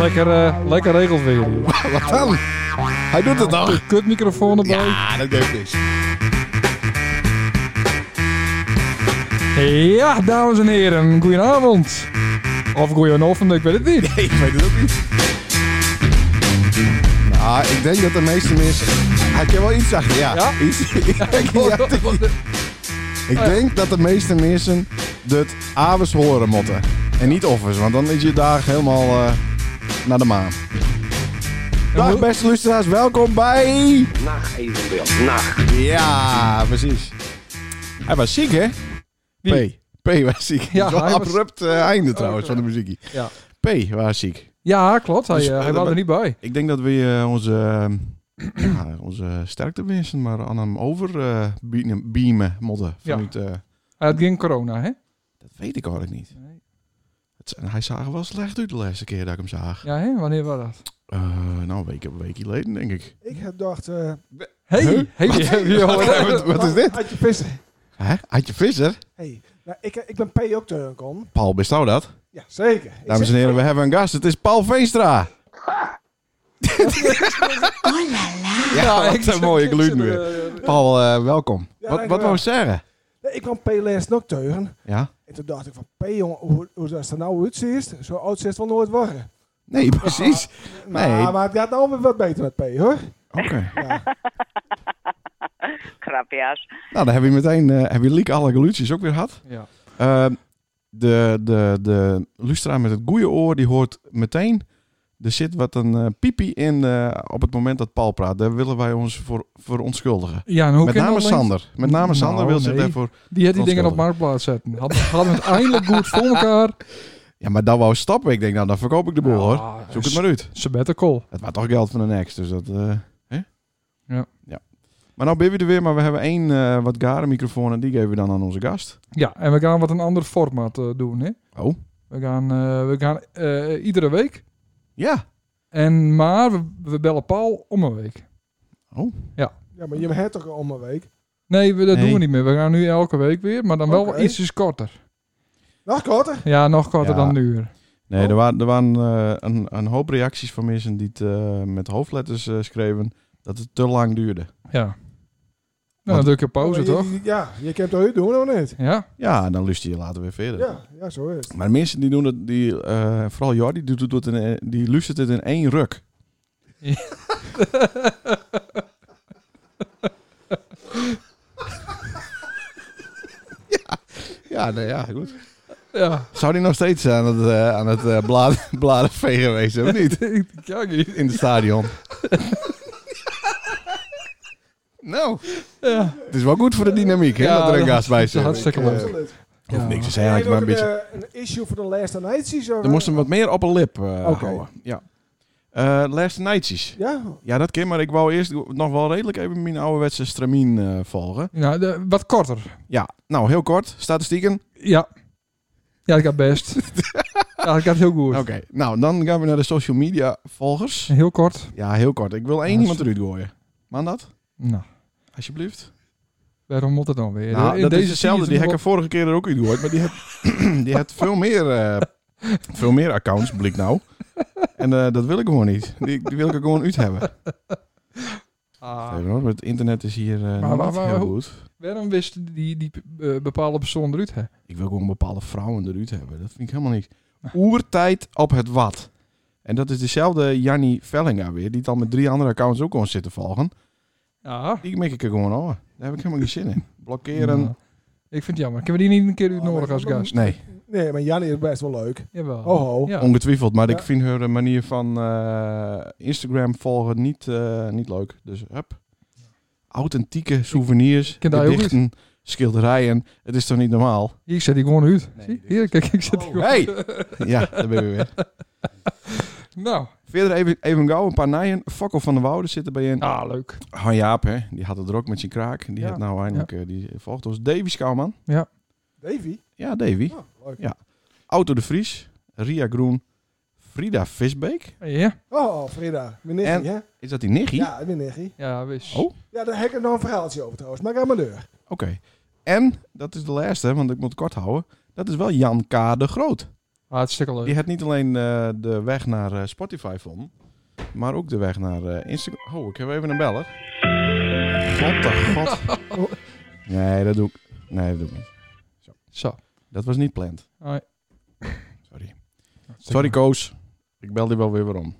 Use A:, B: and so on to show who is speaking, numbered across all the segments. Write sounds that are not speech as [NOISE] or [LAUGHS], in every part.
A: lekker, eh, lekker regelt weer. joh.
B: Wat dan? Hij doet het nog.
A: Kut microfoon erbij.
B: Ja, dat geeft niks.
A: Ja. dames en heren, goedenavond. Of goedenavond, ik weet het niet.
B: Nee, ik weet het ook niet. Nou, ik denk dat de meeste mensen... Hij kan wel iets zachter, ja.
A: Ja?
B: Iets, [LAUGHS] ik denk, [LAUGHS] ja, ik denk dat de meeste mensen dat avonds horen motten. En niet offers, want dan is je dag helemaal eh, naar de maan. Dag beste luisteraars, welkom bij...
C: Nacht evenbeeld. Nacht.
B: Ja, precies. Hij was ziek, hè?
A: Wie?
B: P. P was ziek.
A: Ja,
B: Ja, Zo'n
A: hij was-
B: abrupt eh, einde trouwens van de muziekie.
A: Ja.
B: P was ziek.
A: Ja, klopt. Hij,
B: Dus,
A: eh,
B: eh,
A: hij was er niet bij.
B: Ik denk dat we eh, onze, [CLEARS THROAT] eh, ja, onze sterkte wensen maar aan hem over eh, beamen- beamen modden.
A: Ja.
B: Vanuit, eh,
A: Hij had geen corona, hè?
B: dat weet ik eigenlijk niet.
A: Nee.
B: Het, hij zag er wel slecht uit de laatste keer dat ik hem zag.
A: Ja, hè? Wanneer was dat?
B: Eh, nou, een week, een week geleden, denk ik.
D: Ik heb dacht, eh
A: Hey,
B: Huh? [LAUGHS]
A: hey, joh. [LAUGHS]
B: Wat, wat is dit?
D: uit je vissen.
B: Hè? Adje Visser?
D: Hey, nou, ik, ik ben P ook te kom.
B: Paul, bist nou dat?
D: Ja, zeker. Ik
B: Dames en
D: zeg-
B: heren, we hebben een gast. Het is Paul Veenstra. Ja, wat een mooie gluut weer. Paul, eh, welkom.
D: Ja,
B: wat wat
D: dankjewel.
B: wou je zeggen?
D: Nee, ik kwam P laatst nog teugen.
B: Ja?
D: En toen dacht ik van, P jongen, hoe, hoe dat er nou uitziet, zo oud is het wel nooit worden.
B: Nee, precies.
D: Maar,
B: Nee.
D: maar het gaat nou weer wat beter met P hoor.
B: Oké.
D: Ja,
E: Grapja's.
B: Nou, dan heb je meteen eh heb je Liek alle geluidjes ook weer gehad.
A: Ja.
B: Ehm, de, de, de Lustra met het goeie oor, die hoort meteen... Er zit wat een eh piepie in eh, op het moment dat Paul praat. Daar willen wij ons voor, voor onschuldigen.
A: Ja, en hoe
B: Met
A: kan
B: name
A: dat
B: Sander. Met name
A: Nou,
B: Sander wil zich
A: nee.
B: daarvoor...
A: links? Die had die dingen op
B: Onschuldig.
A: marktplaats zetten. Had- Hadden het eindelijk goed voor elkaar.
B: Ja, maar dan wou stappen. Ik denk, nou, dan verkoop ik de boel, hoor.
A: Ah,
B: Zoek het maar uit.
A: Sabbatical.
B: Het was toch geld van een ex, dus dat... eh, hè?
A: Ja.
B: ja. Maar nou ben je er weer, maar we hebben één eh, wat gare microfoon en die geven we dan aan onze gast.
A: Ja, en we gaan wat een ander format eh, doen, hè?
B: Oh.
A: We gaan, eh, we gaan eh, iedere week.
B: Ja.
A: En, maar we, we bellen Paul om een week.
D: ja maar je hebt toch om een week.
A: Nee, we, dat
B: Nee.
A: doen we niet meer. We gaan nu elke week weer, maar dan wel
D: Oké.
A: ietsjes korter.
D: Nog korter.
A: Ja, nog korter
B: Ja.
A: dan een uur.
B: Nee,
D: Oh.
B: er waren, er waren eh, een, een hoop reacties van mensen die het eh, met hoofdletters eh, schreven dat het te lang duurde.
A: Ja. Nou, dan druk je pauze,
D: Maar je-
A: toch?
D: je- Ja, je kunt het ook doen of niet?
A: Ja.
B: Ja, en dan lust je je later weer verder.
D: Ja, ja, zo is het.
B: Maar mensen die doen het, die, eh, vooral Jordi, die, doet het in, eh, die lustert het in één ruk. Ja, nee, ja, goed. [LAUGHS]
A: Ja.
B: Zou die nog steeds aan het, eh, aan het eh, blad, bladen [LAUGHS] vegen wezen, of niet?
A: ja, Guy.
B: In het stadion. nou,
A: ja.
B: het is wel goed voor de dynamiek, hè,
A: Ja,
B: dat er een
A: dat
B: gast bij
A: is
B: zit.
A: hartstikke
B: Ik, eh,
A: leuk.
D: Absoluut.
B: hoeft
A: Ja.
B: niks te
D: Heb
B: zijn,
D: je
B: maar een
D: ook
B: beetje...
D: een, eh, een issue voor de laatste nighties?
B: Er moest hem wat meer op een lip eh houden. Ja. Eh last Nightjes.
D: Ja,
B: Ja, dat kan, maar ik wou eerst nog wel redelijk even mijn ouderwetse stramien eh, volgen.
A: Nou, de- wat korter.
B: Ja, nou, heel kort. Statistieken.
A: Ja. Ja, dat gaat
B: [LAUGHS]
A: best. ja, dat gaat heel goed.
B: Oké, nou, dan gaan we naar de social media volgers.
A: Heel kort.
B: Ja, heel kort. Ik wil één
A: Ja,
B: iemand
A: is-
B: eruit gooien. Maan dat?
A: Nou,
B: Alsjeblieft.
A: waarom moet het dan weer?
B: Nou,
A: In
B: dat is
A: deze
B: hetzelfde. Die
A: season
B: heb ik er
A: wordt-
B: vorige keer er ook uit gehoord. Maar die heeft, [CLEARS THROAT] die heeft veel, meer, eh, veel meer accounts, blik nou. En eh, dat wil ik gewoon niet. Die, die wil ik er gewoon uit hebben.
A: Ah.
B: Even hoor, het internet is hier eh,
A: Maar- maar-
B: niet
A: maar
B: heel
A: hoe-
B: goed.
A: Waarom wist die, die eh, bepaalde persoon eruit? Hè?
B: Ik wil gewoon bepaalde vrouwen eruit hebben. Dat vind ik helemaal niks.
A: Ah.
B: Oertijd op het wat. En dat is dezelfde Janni Vellinga weer. Die dan met drie andere accounts ook gewoon zit te volgen.
A: Ja.
B: Die mik ik er gewoon over. Daar heb ik helemaal geen zin in. Blokkeren.
A: Nou, ik vind het jammer. Kunnen we die niet een keer uitnodigen als
D: Oh, maar-
A: gast?
B: Nee,
D: nee, maar Jannie is best wel leuk.
A: Jawel.
D: Oh, ho.
A: Ja.
B: ongetwijfeld. Maar
D: Ja.
B: ik vind haar manier van eh, Instagram volgen niet, eh, niet leuk. Dus hup. Authentieke souvenirs,
A: ken daar heel
B: gedichten, schilderijen. Het is toch niet normaal?
A: Hier, ik zet die gewoon uit.
B: Nee, Oh.
A: Zie?
B: dit-
A: Hier, kijk, ik zet die gewoon
B: Hey! [LAUGHS] ja, daar ben je weer.
A: Nou,
B: Verder even, even gauw een paar nijen. Fakkel van de Wouden zit er bij in.
A: ah, leuk.
B: Han Jaap, hè, die had het er ook met zijn kraak. Die
A: Ja.
B: had nou eindelijk, eh, die volgt ons. Davy Schouwman.
D: Davy?
B: Ja, Davy.
D: Ja, leuk.
B: Ja. Auto de Vries. Ria Groen. Frida Visbeek.
A: Ja,
D: Oh, Frida, mijn nichtje,
B: En-
D: hè?
B: Is dat die nichtje?
D: Ja, mijn nichtje.
A: ja wist.
B: Oh.
D: Ja, daar heb ik nog een verhaaltje over trouwens, maar ga maar door.
B: Oké. En, dat is de laatste, want ik moet het kort houden. Dat is wel Jan K. de Groot.
A: Hartstikke leuk.
B: Die had niet alleen eh, de weg naar eh, Spotify van, maar ook de weg naar eh, Instagram. Oh, ik heb even een beller. God de god.
A: [LAUGHS]
B: Nee, dat doe ik. Nee, dat doe ik niet.
A: Zo.
B: Dat was niet planned.
A: Hoi.
B: Sorry. Sorry, Koos. Ik bel die wel weer weer om.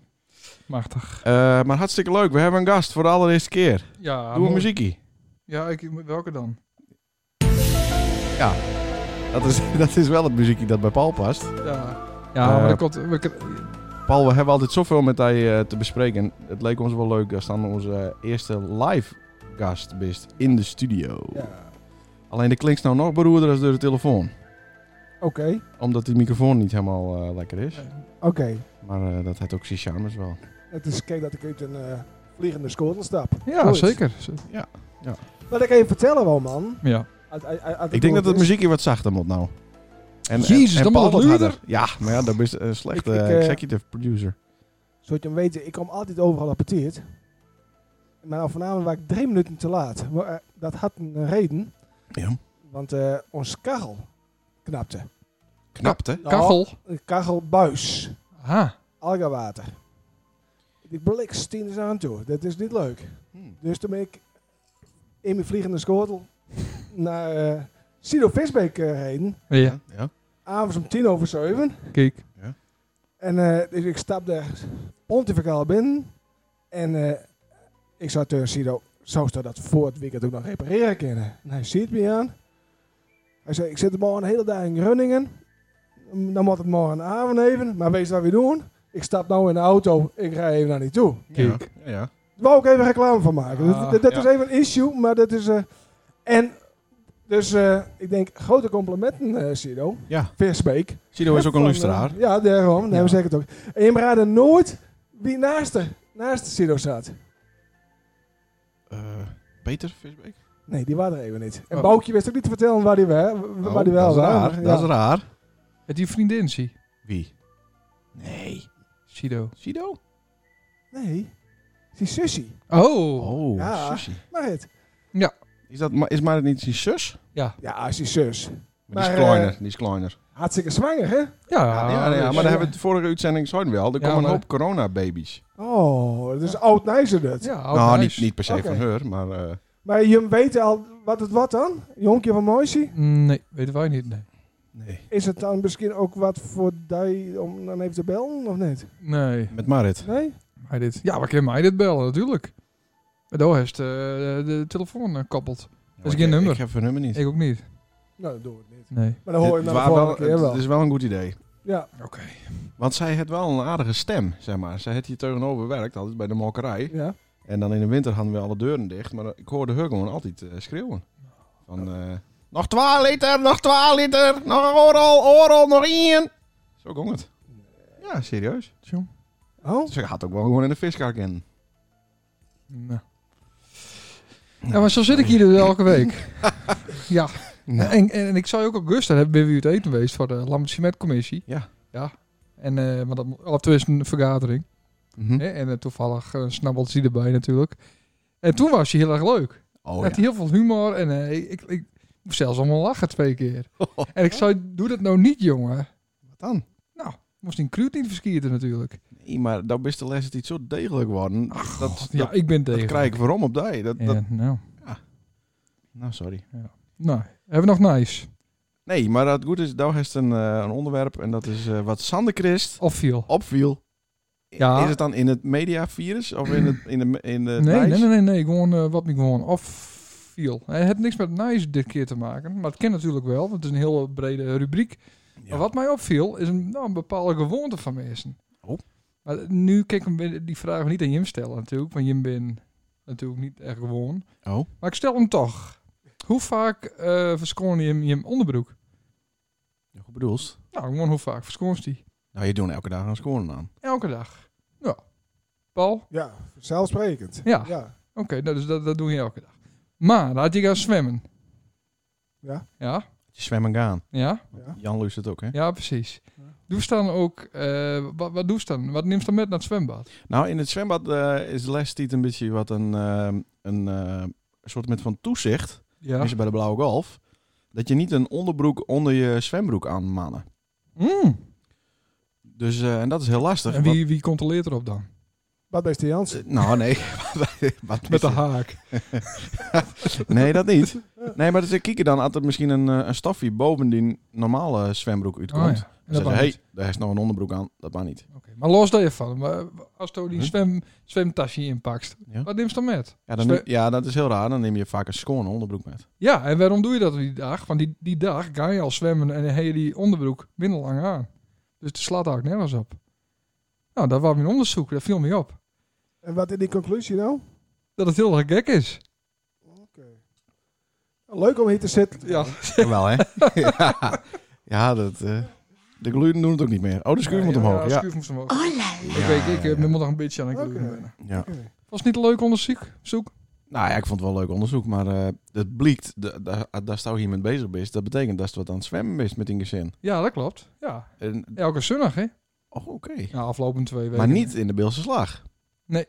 A: Machtig.
B: Eh, maar hartstikke leuk. We hebben een gast voor de allereerste keer.
A: Ja,
B: Doe
A: mooi.
B: een muziekie.
A: Ja, ik, welke dan?
B: Dat is, [LAUGHS] dat is wel het muziekje dat bij Paul past.
A: Ja. Ja, maar
B: Eh,
A: dat komt... we kun-
B: Paul, we hebben altijd zoveel met hij eh, te bespreken. Het leek ons wel leuk als dan onze eh, eerste live gast bent in de studio.
D: Ja.
B: Alleen de klinkt nou nog beroerder als door de telefoon.
D: Oké,
B: Omdat die microfoon niet helemaal eh, lekker is.
D: oké.
B: Maar eh, dat heeft ook zijn charmes wel.
D: Het is kijk dat ik uit een eh, vliegende schotel stap.
A: Ja,
D: Zoiets.
A: zeker.
D: Laat ik even vertellen wel, man.
A: Ja.
D: Uit- uit- uit- uit-
B: Ik denk dat het
D: is.
B: muziekje wat zachter moet nou. En,
A: Jezus, dan moet
B: Paul
A: het
B: wat
A: luider.
B: harder. Ja, maar ja, dat is een slechte
D: Ik- ik,
B: eh,
D: eh,
B: executive producer.
D: Zodat je hem weet, ik kom altijd overal appeteerd. Maar nou, voornamelijk waren ik drie minuten te laat. Maar, eh, dat had een reden,
B: Ja.
D: want eh ons kachel knapte.
B: Knapt, hè?
A: Kachel.
D: Nou, een kachelbuis.
A: Aha.
D: Algawater. Ik blik stiendes aan toe. Dat is niet leuk.
B: Hmm.
D: Dus toen ben ik in mijn vliegende schotel naar eh Sido Visbeek eh, gereden.
A: Ja.
B: Ja.
D: Avonds om tien over zeven.
A: Kijk.
D: En eh, dus ik stap daar pontificaal binnen. En eh, ik zou tegen Sido, zou ze dat voor het weekend ook nog repareren kunnen? En hij ziet me aan. Hij zei, ik zit er morgen een hele dag in Grunningen. M- Dan moet het morgenavond even. Maar weet je wat we doen? Ik stap nou in de auto. Ik rij even naar die toe.
B: Ja.
A: Kijk.
B: Ja, ja.
D: Daar wou ik even reclame van maken.
A: Ah,
D: dat dat, dat
B: ja.
D: is even een issue. Maar dat is... eh, en dus eh, ik denk, grote complimenten eh Sido.
B: Ja.
D: Versbeek.
B: Sido is
D: Ja,
B: ook een
D: van,
B: luisteraar.
D: eh, Ja, daarom. Nee,
B: Ja.
D: we zeggen het ook. En je raadde nooit wie naast de, naast de Sido zat.
B: Eh, Peter Visbeek?
D: Nee, die waren er even niet. En
A: Oh.
D: Boukje wist ook niet te vertellen waar die, wa- waar
B: Oh,
D: die wel
B: dat is
D: waren.
B: raar.
D: Ja.
B: Dat is raar.
A: Het die vriendin zie.
B: Wie? Nee.
A: Sido.
B: Sido?
D: Nee, die Susie.
A: Oh.
B: Oh,
D: Ja.
B: sushi.
D: Marit.
B: Is, dat, Ma- is Marit niet zijn zus?
A: Ja.
D: Ja, is die zus.
B: Maar die
D: Maar,
B: is
D: eh,
B: kleiner. Die is kleiner.
D: Hartstikke zwanger, hè?
A: Ja.
B: Ja, ja, ja, maar daar
A: dus-
B: hebben we het vorige uitzending zouden wel. Er
A: Ja,
B: komen
A: maar-
B: een hoop coronababies.
D: Oh, dat is oud nijzer dat.
A: Ja, oud
B: Nou,
A: huis.
B: niet, niet per se
D: Oké.
B: van haar, maar... eh,
D: Maar je weet al wat het wat dan? Jonkje van Moisie?
A: Nee, weten wij niet, nee.
B: nee.
D: Is het dan misschien ook wat voor die om dan even te bellen of niet?
A: Nee.
B: Met Marit.
D: Nee?
A: Hij dit. Ja, maar kan mij dit bellen, natuurlijk. Maar daar heeft eh, de telefoon gekoppeld. is geen
B: ik-
A: nummer.
B: Ik heb haar nummer niet.
A: Ik ook niet.
D: Nou, dat doen we het niet.
A: Nee.
D: Maar dan hoor je
B: Dit
D: hem dan
B: wa-
D: de
B: wel-
D: volgende keer wel.
B: Het is wel een goed idee.
D: Ja,
A: Oké.
B: Want zij heeft wel een aardige stem, zeg maar. Zij heeft hier tegenover werkt, altijd bij de molkerij.
D: ja.
B: En dan in de winter hadden we alle deuren dicht. Maar eh, ik hoorde haar gewoon altijd eh, schreeuwen. Van, eh, nog 12 liter, nog 12 liter, nog oral, oral, nog één. Zo ging het. Ja, serieus.
A: Tjong.
D: Oh?
B: Ze gaat ook wel gewoon in de viskar kennen.
A: Nou. Ja, maar zo zit ik hier
B: [LAUGHS]
A: dus elke week. ja.
B: Nou.
A: En, en, en ik zou je ook augustus hebben bij wie het eten geweest voor de Lambert commissie
B: Ja.
A: Ja. En, eh maar dat, of toen is een vergadering.
B: Mhm.
A: Hè? En eh, toevallig eh, snabbelt hij erbij natuurlijk. En toen was hij heel erg leuk. Hij
B: Oh
A: [LAUGHS]
B: ja.
A: had heel veel humor en eh, ik, ik, ik moest zelfs allemaal lachen twee keer. En ik zei, doe dat nou niet, jongen.
B: Wat dan?
A: Moest die kruid niet verskieten natuurlijk.
B: Nee, maar dat beste les het iets zo degelijk worden. Ach, dat, dat,
A: Ja, ik ben tegen.
B: dat krijg ik waarom op die. Dat, dat,
A: Ja, nou.
B: nou, sorry.
A: nou, hebben we nog nice.
B: Nee, maar het goed is, daar heeft een, eh, een onderwerp en dat is eh, wat Sander Christ
A: Of viel.
B: opviel.
A: Ja.
B: Is het dan in het mediavirus of in het in de in de
A: Nee,
B: nice?
A: nee, nee, nee, nee. Gewoon eh, wat niet gewoon. Of viel. Het heeft niks met nice dit keer te maken. Maar het kan natuurlijk wel. Want het is een heel brede rubriek.
B: Ja.
A: Maar wat mij opviel is een, nou, een bepaalde gewoonte van mensen.
B: Oh.
A: Maar nu kijk ik hem- die vragen niet aan Jim stellen natuurlijk. Want Jim ben natuurlijk niet echt gewoon.
B: Oh.
A: Maar ik stel hem toch. Hoe vaak eh verschoon je hem je onderbroek?
B: Ja, Goed bedoelst.
A: Nou, gewoon hoe vaak verschoon die?
B: Nou, je doet elke dag een schoon aan.
A: Elke dag. Ja. Paul?
D: Ja, zelfsprekend.
A: Ja.
D: ja.
A: Oké, nou, dus dat, dat doe je elke dag. Maar, laat je gaan zwemmen.
D: Ja.
A: Ja?
B: Je zwemmen gaan.
A: Ja?
B: Jan Luus het ook, hè?
A: Ja, precies. Doe ze dan ook... eh, wat, wat doe ze dan? Wat neemt ze dan met naar het zwembad?
B: Nou, in het zwembad eh, is de les niet een beetje wat een, eh, een eh, soort met van toezicht.
A: Ja.
B: Mensen bij de blauwe golf. Dat je niet een onderbroek onder je zwembroek aan mannen.
A: Mm.
B: Dus, eh, en dat is heel lastig.
A: En wie, wie controleert erop dan?
D: Wat beste Jans?
B: want- nou, nee. [LAUGHS] Wat
A: Met de haak.
B: Nee,
A: [LAUGHS]
B: dat niet. Nee, maar ze kijken dan altijd misschien een, eh, een stofje boven die normale eh, zwembroek uitkomt.
A: Oh,
B: Ze
A: ja. Dat
B: zeggen,
A: mag
B: hé,
A: niet.
B: hey, daar is nog een onderbroek aan. Dat mag niet.
A: Oké, Maar los daarvan, maar als je die
B: Hm?
A: zwem, zwemtasje inpakt,
B: Ja.
A: wat neem je dan met?
B: Ja, dan
A: Zwe-
B: neem- ja, dat is heel raar. Dan neem je vaak een schone onderbroek
A: [LAUGHS]
B: met.
A: Ja, en waarom doe je dat die dag? Want die, die dag ga je al zwemmen en dan heb je die onderbroek middellang aan. Dus het slaat eigenlijk nergens op. Nou, dat was mijn onderzoek, dat viel me op.
D: En wat in die conclusie nou?
A: Dat het heel erg gek is.
D: Oh, Leuk om hier te zitten.
A: Ja,
B: Jawel, hè? ja. ja, dat... eh, de gluten doen het ook niet meer. Oh, de schuur moet omhoog.
A: Ja,
B: Ja,
A: schuur moet omhoog. Ik weet, ik eh, moet nog een beetje aan het
D: Oké.
A: gluren wennen.
B: ja.
A: Was het niet een leuk onderzoek? Zoek?
B: Nou ja, ik vond het wel een leuk onderzoek. Maar eh het blijkt, da- da- daar staan hier mee bezig bent. Dat betekent dat je wat aan het zwemmen bent met die gezin.
A: Ja, dat klopt. Ja,
B: En,
A: elke zondag, hè?
B: oh, oké.
A: Na afgelopen twee weken.
B: Maar niet in de Beelse Slag.
A: Nee.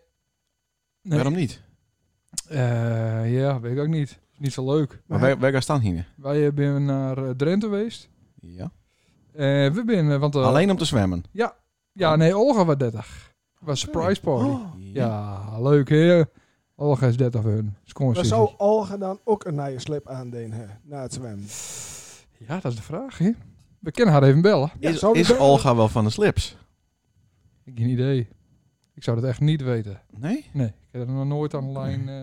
B: Waarom niet?
A: Eh, ja, weet ik ook niet. Niet zo leuk.
B: Maar
D: Maar
B: wij, wij gaan staan hier.
A: Wij zijn naar eh, Drenthe geweest.
B: Ja.
A: Eh, we zijn, eh, want... eh,
B: Alleen om te zwemmen.
A: Ja, nee, Olga was 30. Was surprise
B: Oh.
A: party.
D: Oh.
A: Ja, leuk hè. Olga is 30 hun. Is gewoon
D: Maar
A: een
D: zou
A: zusje.
D: Algen dan ook een naaie slip aandeen hè, na het zwemmen?
A: Ja, dat is de vraag hè. We kunnen haar even bellen.
D: Ja,
B: Is,
D: zou die
B: is
D: wel-
B: Olga wel van de slips?
A: Ik heb geen idee. Ik zou dat echt niet weten.
B: Nee?
A: Nee, ik heb dat nog nooit aan de
B: [CLEARS THROAT]
A: lijn... eh,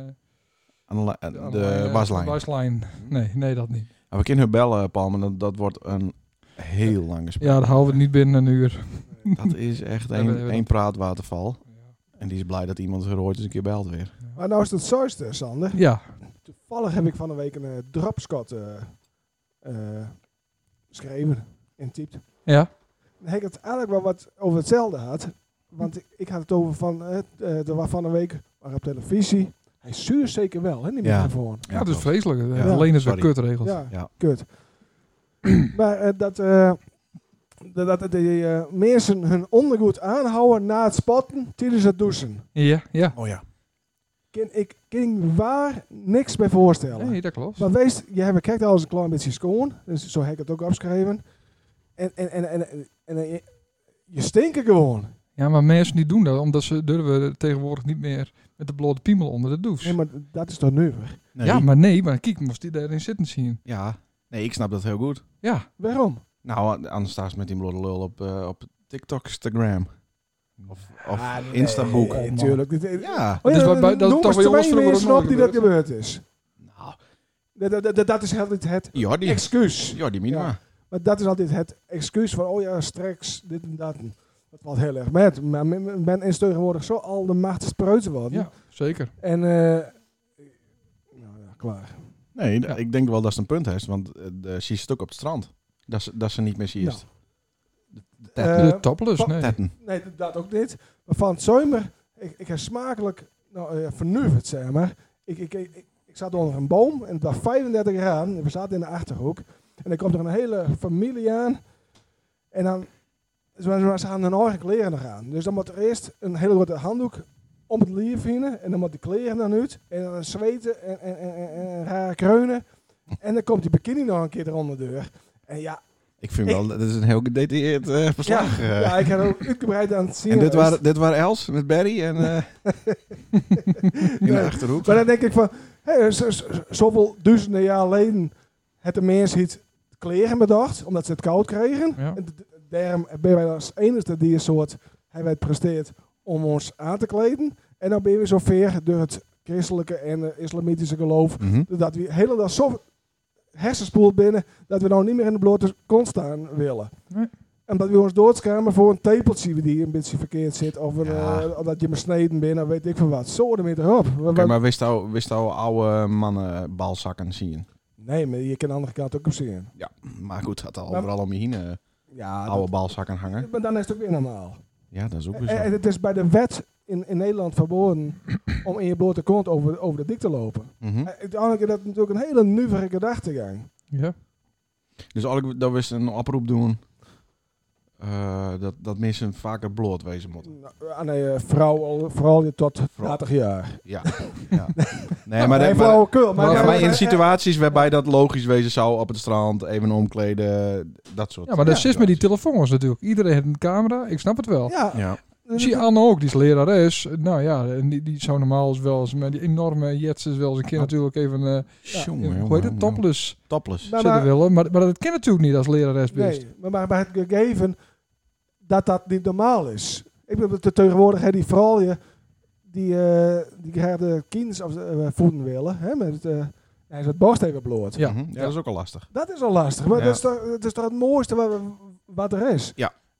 B: Aan de, li- aan
A: aan lijn,
B: de
A: eh,
B: waslijn.
A: waslijn. Nee, nee, dat niet.
B: Maar we kunnen haar bellen, Paul, maar dat, dat wordt een heel lang gesprek.
A: Ja, dan houden we het niet binnen een uur.
B: Dat is
A: [LAUGHS]
B: echt
A: Ja, we- we-
B: één één praatwaterval. En die is blij dat iemand haar ooit eens een keer belt weer.
D: Maar nou is het zoiste, Sander.
A: Ja,
D: Toevallig heb ik van de week een eh, drapscot eh eh, geschreven en typt.
A: ja.
D: Dan heb ik het eigenlijk wel wat over hetzelfde had. Want ik, ik had het over van, eh, eh, er was van een week maar op televisie. Hij zuurt zeker wel, hè, die
B: Ja.
D: microfoon.
A: Ja, het is vreselijk. Eh,
B: Ja.
A: Alleen is wel
B: Sorry.
A: kut regelt.
D: Ja,
B: Ja.
D: kut. [CLEARS THROAT] maar eh, dat, eh, dat, dat de eh, mensen hun ondergoed aanhouden na het spotten tijdens het douchen.
A: Ja, ja.
B: Oh ja.
D: Kan ik kan waar niks bij voorstellen.
A: Nee, dat klopt.
D: Maar wees, je hebt kijkt al eens een klein beetje schoon. Dus zo heb ik het ook opgeschreven. En, en, en, en, en, en je, je stinken gewoon.
A: Ja, maar mensen die doen dat omdat ze durven tegenwoordig niet meer met de blote piemel onder de douche.
D: Nee, maar dat is toch nu weer?
B: Nee.
A: Ja,
B: Ja,
A: maar nee, maar kijk, moest die daarin zitten zien.
B: Nee, ik snap dat heel goed.
A: Ja.
D: Waarom?
B: Nou, anders staat ze met die blote lul op, eh, op TikTok, Instagram. Of, of
A: Ah,
B: Instaboek.
D: Ah, Nee,
A: man.
D: tuurlijk. Dit-
B: Ja.
D: Oh, ja,
A: Dus wat bij- dat
D: noem
A: toch
D: eens
A: bij ons
D: twee
A: vroeger
D: mensen
A: ook
D: op die dat
A: nooit
D: gebeurd is.
B: Nou,
D: Dat, dat, dat, dat is altijd het
B: Jordi.
D: excuus.
B: Jordi Minima.
D: Ja. Maar dat is altijd het excuus van, oh ja, straks, dit en dat. Dat valt heel erg met. Maar men men is tegenwoordig zo al de macht spreuzen worden.
A: Ja, zeker.
D: En, eh nou ja, klaar.
B: Nee, d-
A: Ja.
B: ik denk wel dat ze een punt heeft, want eh, de, ze is ook op het strand. Dat ze, dat ze niet meer ziet.
D: Nou.
B: Tetten.
A: de topless,
D: wat-
A: nee.
B: Tetten.
D: Nee, dat- dat ook niet. Maar van het zomer, ik, ik heb smakelijk nou, eh, vernuverd, zeg maar. Ik, ik, ik, ik- ik zat onder een boom en het was 35 graden. en We zaten in de achterhoek. En dan komt er een hele familie aan. En dan, ze, ze gaan hun eigen kleren nog aan. Dus dan moet er eerst een hele grote handdoek om het lier vinden. En dan moet die kleren dan uit. En dan zweten en, en, en, en, en rare kreunen. En dan komt die bikini nog een keer eronder deur. En ja,
B: Ik vind
D: Ik-
B: wel, dat is een heel gedetailleerd eh, verslag.
D: ja,
B: eh.
D: ja, ik heb ook uitgebreid aan het zien.
B: en dit
D: geweest.
B: waren, dit waren Els met Barry en
D: [LAUGHS]
B: eh, in de
D: Nee.
B: Achterhoek.
D: Maar dan denk ik van, hé, z- z- z- zoveel duizenden jaar geleden het de mens hiet kleren bedacht, omdat ze het koud kregen.
A: Ja.
D: En d- d- daarom ben wij als enige die een soort hij werd presteert om ons aan te kleden. En dan ben je zo ver door het christelijke en eh, islamitische geloof,
B: Mhm.
D: dat we helemaal zo hersenspoeld binnen, dat we nou niet meer in de blote kont staan willen.
A: Nee.
D: En dat we ons doodschamen voor een tepeltje die een beetje verkeerd zit. Of een,
B: Ja.
D: eh, omdat je besneden bent, of weet ik veel wat. Zo ermee erop. Wat-
B: Oké,
D: wat-
B: maar wist al, wist al oude mannen balzakken zien?
D: Nee, maar je kan de andere kant ook op zien.
B: Ja, maar goed, had al
D: Maar-
B: overal om je heen eh,
D: Ja,
B: oude balzakken hangen.
D: maar dan is het ook weer normaal.
B: Ja, dat is ook weer
D: En,
B: zo.
D: en het is bij de wet in, in Nederland verboden
B: [CLEARS THROAT]
D: om in je blote kont over, over de dik te lopen.
B: Mhm.
D: Eh, Uiteindelijk is dat natuurlijk een hele nuvere gedachtegang.
A: Ja.
B: Dus eigenlijk, dat wist een oproep doen. Eh, eh, dat, dat mensen vaker bloot wezen moeten.
D: Nou, Aan een vrouw, al- vooral je tot
B: Vooral.
D: 30 jaar.
B: Ja. [LAUGHS] ja. Nee, maar,
D: nee,
B: dat- maar,
D: flauwekul,
A: maar-
B: ja, maar in
D: eh,
B: situaties waarbij dat logisch wezen zou op het strand, even omkleden, dat soort
A: Ja, maar dat is met die
B: situaties.
A: telefoons natuurlijk. Iedereen heeft een camera, ik snap het wel.
D: Ja, dus
B: Ja.
A: Ik Zie Anne ook, die is lerares. Nou ja, en die, die zou normaal eens wel eens met die enorme jets is wel eens een keer
B: Ja.
A: natuurlijk even, eh,
B: Jongen,
A: hoe heet
B: jongen,
A: het, topless
B: Topless.
D: maar-
A: zitten
D: Nou, maar-
A: willen. Maar, maar dat ken natuurlijk niet als lerares best.
D: Nee, maar, maar, maar het gegeven dat dat niet normaal is. Ik bedoel, de tegenwoordigheid die vooral je, die, eh die hebben kinderen of eh, voeden willen, hè, met het, eh, hij is het borst even bloot.
A: Ja.
B: Mhm. ja, dat is ook al lastig.
D: Dat is al lastig, maar
B: Ja.
D: dat, is toch, dat is toch het mooiste wat, we- wat er is.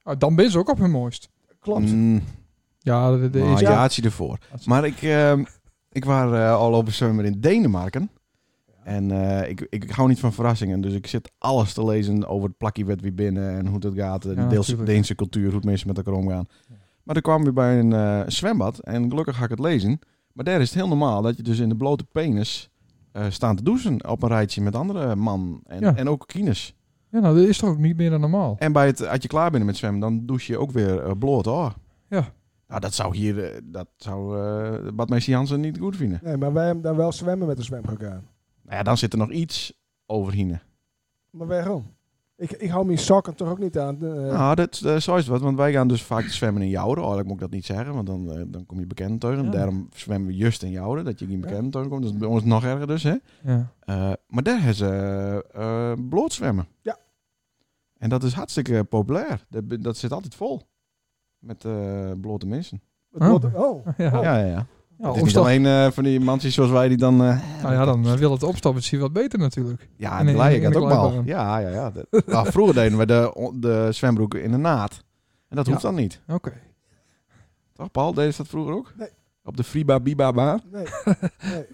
A: Ah, dan ben ze ook op hun mooist.
D: Klopt.
B: Mm,
A: Ja, de, de- de
B: maar
A: is,
B: ja, het zie ervoor. Maar ik, ehm, ik was eh, al op een summer in Denemarken. En eh, ik, ik, hou niet van verrassingen. Dus ik zit alles te lezen over het plakje wat wie binnen en hoe dat gaat. De
A: Ja,
B: Deels-
A: tuurlijk.
B: Deense cultuur, hoe het mensen met elkaar omgaan. Maar dan kwam weer bij een eh, zwembad. En gelukkig ga ik het lezen. Maar daar is het heel normaal dat je dus in de blote penis eh staat te douchen. Op een rijtje met andere man. En,
A: Ja.
B: en ook kines.
A: ja, nou, dat is toch ook niet meer dan normaal.
B: En bij het, als je klaar bent met zwemmen, dan douche je ook weer eh, bloot. Oh.
A: Ja.
B: Nou, dat zou hier, eh, dat zou eh Badmeester Jansen niet goed vinden.
D: Nee, maar wij hebben dan wel zwemmen met een zwemgegaan.
B: Nou ja, dan zit er nog iets overheen.
D: Maar waarom? Ik, ik hou mijn sokken toch ook niet aan. eh,
B: Nou, dat, eh, zo is het wat, want wij gaan dus vaak zwemmen in Jouren. Eigenlijk moet ik dat niet zeggen, want dan, eh, dan kom je bekend tegen.
A: Ja.
B: Daarom zwemmen we juist in Jouren, dat je niet bekend tegen komt. Dat is bij ons nog erger dus, hè.
A: Ja.
B: Eh, maar daar hebben ze eh, eh, blootzwemmen.
D: Ja.
B: En dat is hartstikke populair. Dat, be- dat zit altijd vol. Met eh blote mensen.
D: het wordt-
A: Oh.
D: oh.
A: Ja.
B: [LAUGHS] Ja, ja, ja.
A: Ja,
B: het is niet
A: opstap-
B: alleen eh, van die mansjes zoals wij die dan... eh,
A: nou ja, dan eh, wil het opstappen zie wat beter natuurlijk.
B: Ja,
A: In
B: en
A: de-
B: de
A: in
B: leien
A: de
B: gaat ook
A: glijbaan.
B: wel. Ja, ja, ja. Dat- nou, vroeger deden we de, de zwembroek in de naad. En dat hoeft
A: Ja.
B: dan niet.
A: Oké.
B: Toch, Paul? Deed ze dat vroeger ook?
D: Nee.
B: Op de Friba Bibaba? [LAUGHS]
D: Nee.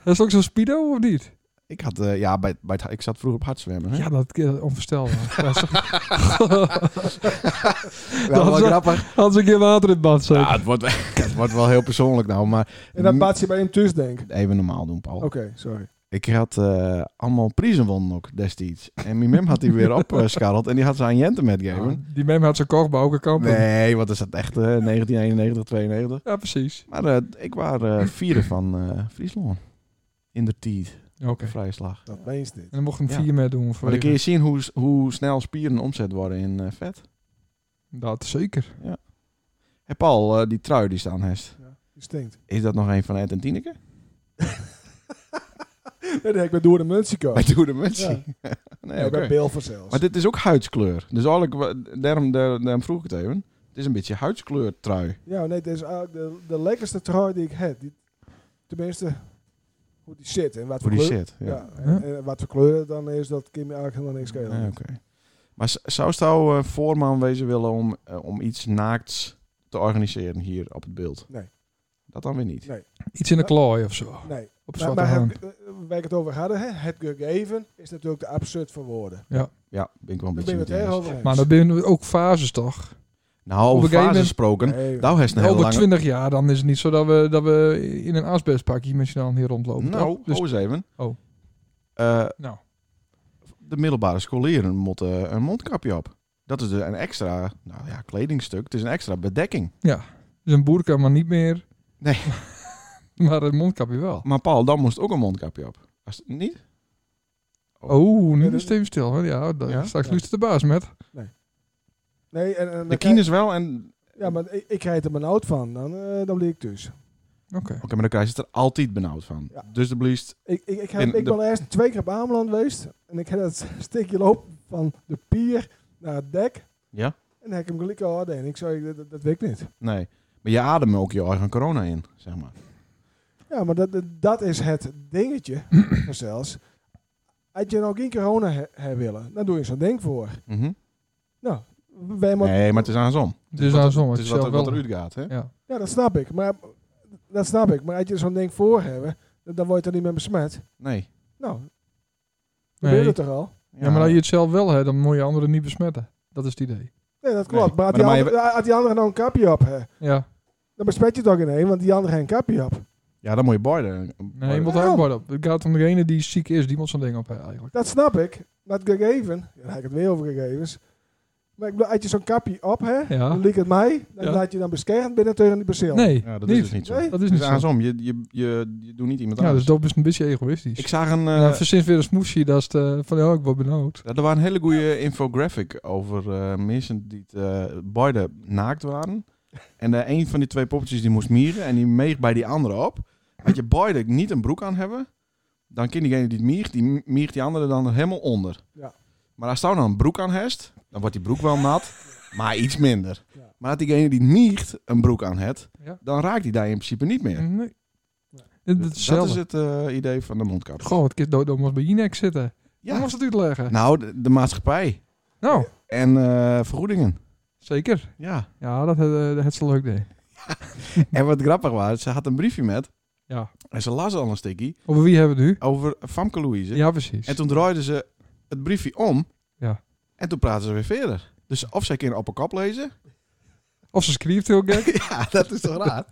A: Dat is ook zo'n speedo of niet?
B: Ik, had, eh, ja, bij, bij het, ik zat vroeger op hardzwemmen. Hè?
A: Ja, dat eh,
B: [LAUGHS]
A: onvoorstelbaar. Ja, zo-
B: wel,
A: [LAUGHS] dat
B: wel
A: is- [LAUGHS]
B: grappig.
A: Als ik in water in het bad zit.
B: Ja, het, wordt, het wordt wel [LAUGHS] heel persoonlijk nou, maar
D: En dat baat je bij hem thuis, denk ik.
B: even normaal doen, Paul.
D: Oké, sorry.
B: Ik had eh, allemaal prijzen wonnen ook destijds. En mijn mem had
A: [LAUGHS]
B: die weer opscharreld en die had ze aan Jente metgegeven.
A: die mem had zijn kochbouw ook een kamp.
B: Nee, wat is dat echt? eh, 1991, 92?
A: Ja, precies.
B: Maar eh, ik was eh vierde van eh, Friesland. In de tijd,
A: Oké.
B: de vrije slag.
D: Dat meest dit.
A: En dan mocht ik hem
B: Ja.
A: vier meer doen.
B: Maar dan kun je
A: Vanwege...
B: zien hoe, s- hoe snel spieren omzet worden in eh, vet.
A: Dat zeker.
B: Hey Paul, eh, die trui die staan heeft.
D: Ja, die stinkt.
B: Is dat nog een van Ed en Tineke?
D: Nee, dat heb ik met door de muntsico.
B: Bij Doe de Muts.
D: Ja.
B: nee,
D: Nee,
B: oké.
D: bij Bilver zelfs.
B: Maar dit is ook huidskleur. Dus eigenlijk, wa- daarom, daar- daarom vroeg ik het even. Het is een beetje huidskleurtrui.
D: Ja, nee, dit is eigenlijk de, de lekkerste trui die ik heb. Die, tenminste, hoe die zit en wat
B: Voor
D: voor
B: die
D: kleur.
B: shit. Ja.
D: Ja, en, en wat voor kleur het dan is, dat kan me eigenlijk helemaal niks schelen.
B: Ja, oké. Maar z- zou jou eh, voorman wezen willen om, eh, om iets naakts te organiseren hier op het beeld?
D: Nee.
B: Dat dan weer niet.
A: Iets in de klooi of zo.
D: Nee,
A: Op
D: maar,
A: zwarte
D: maar
A: haan.
D: heb, eh, waar ik het over hadden, hè, het gegeven is natuurlijk de absurd van woorden.
B: Ja, ben ik wel een beetje
D: Daar ben
B: met
D: je het
B: je eens.
D: heel over eens.
A: Maar dan ben je ook fases toch?
B: Nou,
A: Op
B: over
A: een gegeven
B: fases
A: moment-
B: gesproken.
D: Nee,
B: Nou, hij is een hele
A: Over
B: lange...
A: 20 jaar dan is het niet zo dat we, dat we in een asbestpakje met z'n allen hier rondlopen.
B: Nou,
A: toch? dus,
B: hou eens even.
A: Oh.
B: Eh,
A: nou.
B: de middelbare scholieren moeten een mondkapje op. Dat is dus een extra nou ja, kledingstuk. Het is een extra bedekking.
A: dus een boerka maar niet meer.
B: Nee.
A: [LAUGHS] maar een mondkapje wel.
B: Maar Paul, dan moest ook een mondkapje op. Als, niet?
A: Oh, nu
D: Ja,
A: is
D: dat-
A: het even stil. hè? Ja, da-
B: Ja?
A: straks
D: Ja.
A: luistert de baas met.
D: nee, en, en dan
B: De
D: krijg-
B: kines wel en... Oké,
D: Ja, maar ik, ik krijg er benauwd van. Dan, eh, dan bleek ik dus.
A: Oké.
B: maar dan krijg je het er altijd benauwd van.
D: Ja.
B: Dus de blieft...
D: Ik, ik, ik, heb,
B: En
D: ik
B: de-
D: ben eerst twee keer op Ameland geweest. En ik heb dat [LAUGHS] stukje lopen van de pier naar het dek.
B: Ja?
D: En dan heb ik hem gelijk al En ik zei, dat, dat, dat weet ik niet.
B: Nee. Maar je ademt ook je eigen corona in, zeg maar.
D: Ja, maar dat, dat, dat is het
B: [CLEARS THROAT]
D: dingetje zelfs. Als je nou geen corona he- hebt willen, dan doe je zo'n ding voor.
B: Mhm.
D: Nou, wij moeten-
B: Nee, maar het is andersom.
A: Dus
B: Wat-
A: aan zon.
B: Het is wat, er- wat
A: wel.
B: eruit gaat, hè?
A: Ja.
D: Ja, dat snap ik. Maar dat snap ik. Maar als je zo'n ding voor hebben, dan, dan word je er niet meer besmet.
B: Nee.
D: Nou, dan
A: Nee.
D: ben je het er al.
A: Ja, maar als je het zelf wel hebt, dan moet je anderen niet besmetten. Dat is het idee.
D: Nee, dat
B: Nee,
D: klopt. Maar
B: maar
D: had die,
B: dan
D: andere, had die andere nou een kapje op, hè,
A: Ja.
D: dan besmet je toch in één, want die andere heeft een kapje op.
B: Ja, dan moet je beide.
A: Nee, je moet
D: Waarom?
A: daar bord op. Het gaat om degene die ziek is, die moet zo'n ding op hebben eigenlijk.
D: Dat snap ik. Maar het gegeven, ja, dan heb ik het weer over gegevens. Maar ik bedoel, had je zo'n kapje op, hè?
A: Ja.
D: Dan liep het mij. Dan
A: Ja.
D: laat je dan beschermd binnen tegen die bezeel.
A: Nee,
B: Ja, dat
A: niet.
B: is dus niet zo.
D: Nee.
A: Dat is
B: Dus
A: niet zo.
B: andersom, je, je, je, je doet niet iemand
A: Ja,
B: anders.
A: dus dat is een beetje egoïstisch.
B: Ik zag een... eh,
A: Ja, voor sinds weer een smoesje, dat is de, van ja, ik word benauwd.
B: er was een hele goede infographic over eh, mensen die eh beide naakt waren. En eh een van die twee poppetjes die moest mieren en die meeg bij die andere op. Had je beide niet een broek aan hebben, dan kan diegene die het miert, die miert die andere dan er helemaal onder.
D: Ja.
B: Maar als daar nou een broek aan heeft, dan wordt die broek wel
A: [LAUGHS]
B: nat, maar iets minder.
D: Ja.
B: Maar had diegene die het miert een broek aan heeft,
A: Ja. Mhm.
B: dan raakt die daar in principe niet meer.
A: Nee.
B: Dus
A: Dat is
B: dat
A: hetzelfde.
B: is het eh, idee van de mondkap.
A: Goh, wat kind dood dat moest bij Jinek zitten. Ja.
B: Ja.
A: moest het uitleggen.
B: Nou, de, de maatschappij
A: Nou,
B: en eh, vergoedingen.
A: zeker.
B: Ja.
A: Ja, dat eh, dat het zo leuk deed.
B: En wat grappig was, ze had een briefje met.
A: Ja.
B: En ze las al een stukje
A: Over wie hebben we het nu?
B: over Famke Louise.
A: Ja, precies.
B: En toen draaide ze het briefje om.
A: Ja.
B: En toen praten ze weer verder. Dus of zij kunnen op een kop [LAUGHS] lezen.
A: Of ze schreef heel gek.
B: ja, dat is toch raar?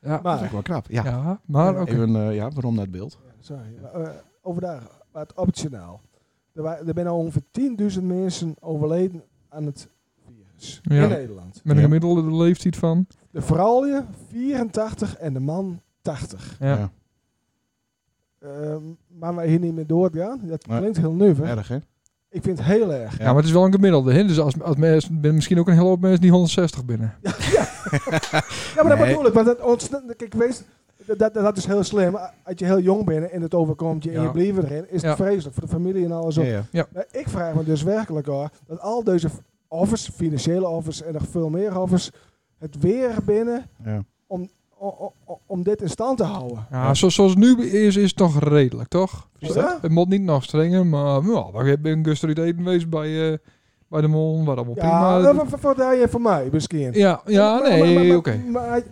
A: Ja,
B: Dat is ook
D: Maar,
B: wel knap. Ja.
A: ja. maar oké.
B: Even, eh, ja, waarom naar het beeld?
D: sorry, maar, eh, overdag, maar het optionaal. Er, wa- er zijn al ongeveer 10.000 mensen overleden aan het virus
A: Ja.
D: in Nederland.
A: Met een
B: Ja.
A: gemiddelde leeftijd van.
D: De vrouwje 84 en de man 80.
A: Ja.
B: Ja.
D: Ehm, maar wij hier niet meer doorgaan, dat
B: Nee.
D: klinkt heel nuver.
B: Erg, hè?
D: Ik vind het heel erg.
A: Ja, maar het is wel een gemiddelde. Hè? Dus als, als mensen, ben misschien ook een hele hoop mensen die 160 binnen.
D: Ja, maar dat
B: Nee.
D: bedoel ik, want dat ontsnapt, kijk, wees, dat, dat, dat is heel slim. Als je heel jong bent en het overkomt je en
A: Ja.
D: je blijft erin, is
A: Ja.
D: het vreselijk voor de familie en alles.
B: Ja,
D: op.
B: ja.
D: Maar ik vraag me dus werkelijk af dat al deze offers, financiële offers en nog veel meer offers, het weer binnen
B: Ja.
D: o- o- om dit in stand te houden.
A: Ja, zo- zoals het nu is, is het toch redelijk, toch?
B: Is dat?
A: Het moet niet nog strenger, maar nou, we hebben gisteren het eten geweest bij, eh, bij de Mon. Waar allemaal
D: Ja,
A: prima.
D: dat voor- voor- voor je van mij misschien.
A: Ja, ja,
D: Maar- maar-
A: nee,
D: maar-
A: oké.
D: Maar had-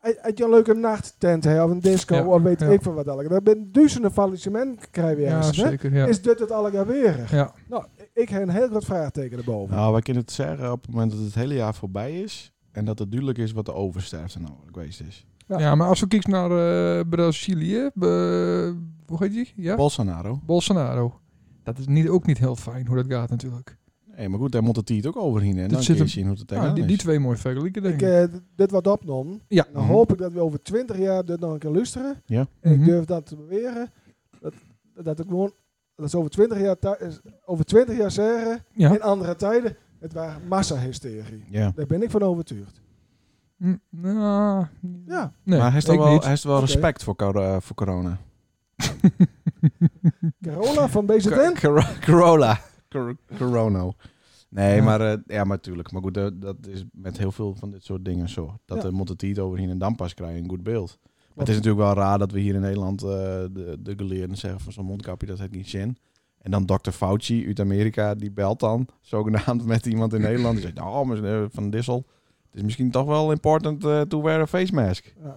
D: had- had je een leuke nachttent hè, of een disco
A: Ja,
D: of weet
A: ja.
D: ik veel wat allemaal. Daar ben duizenden faillissement krijg je
A: Ja,
D: ergens. hè?
A: zeker. Ja.
D: Is dit het allemaal weer?
A: Ja.
D: Nou, ik heb een heel groot vraagteken erboven.
B: Nou, wij kunnen het zeggen op het moment dat het hele jaar voorbij is. En dat het duidelijk is wat de oversterfte nou geweest is.
A: Ja. maar als we kijken naar eh, Brazilië, be- hoe heet die? Ja?
B: Bolsonaro.
A: Bolsonaro. Dat is niet, ook niet heel fijn hoe dat gaat natuurlijk.
B: Nee, maar goed, daar moet het tiet ook overheen. En dan
A: zit
B: kun je
A: hem-
B: zien hoe het
A: Ja,
B: tegenaan
A: die,
B: is.
A: die twee mooi vergelijken, denk
D: Ik,
A: ik.
D: eh, d- dit wat opnomen.
A: Ja.
D: Dan hoop ik dat we over 20 jaar dit nog een keer luisteren.
B: Ja.
D: En ik
A: Mhm.
D: durf dat te beweren. Dat, dat het gewoon, dat ze over 20 jaar, thu- is- over 20 jaar zeggen,
A: Ja.
D: in andere tijden, het waren massahysterie.
B: Ja.
D: Daar ben ik van overtuigd.
A: Mm, nou,
D: Ja.
A: nee,
B: maar hij heeft
A: ik
B: wel,
A: niet.
B: hij heeft wel
D: Oké.
B: respect voor, cor- eh, voor corona.
D: Carola van BZN?
B: Cor- [LAUGHS] Corolla. Cor- Corona. Nee,
A: Ja.
B: maar eh, ja, maar tuurlijk. Maar goed, eh, dat is met heel veel van dit soort dingen zo. Dat
D: Ja.
B: eh, moet het hier overheen en dan pas krijgen een goed beeld. Maar het is natuurlijk wel raar dat we hier in Nederland eh, de, de geleerden zeggen van zo'n mondkapje, dat heeft niet zin. En dan Dr. Fauci uit Amerika, die belt dan [LAUGHS] zogenaamd met iemand in Nederland. Die zegt, nou, maar, eh, van Dissel, het is misschien toch wel important eh, to wear a face mask.
D: Ja.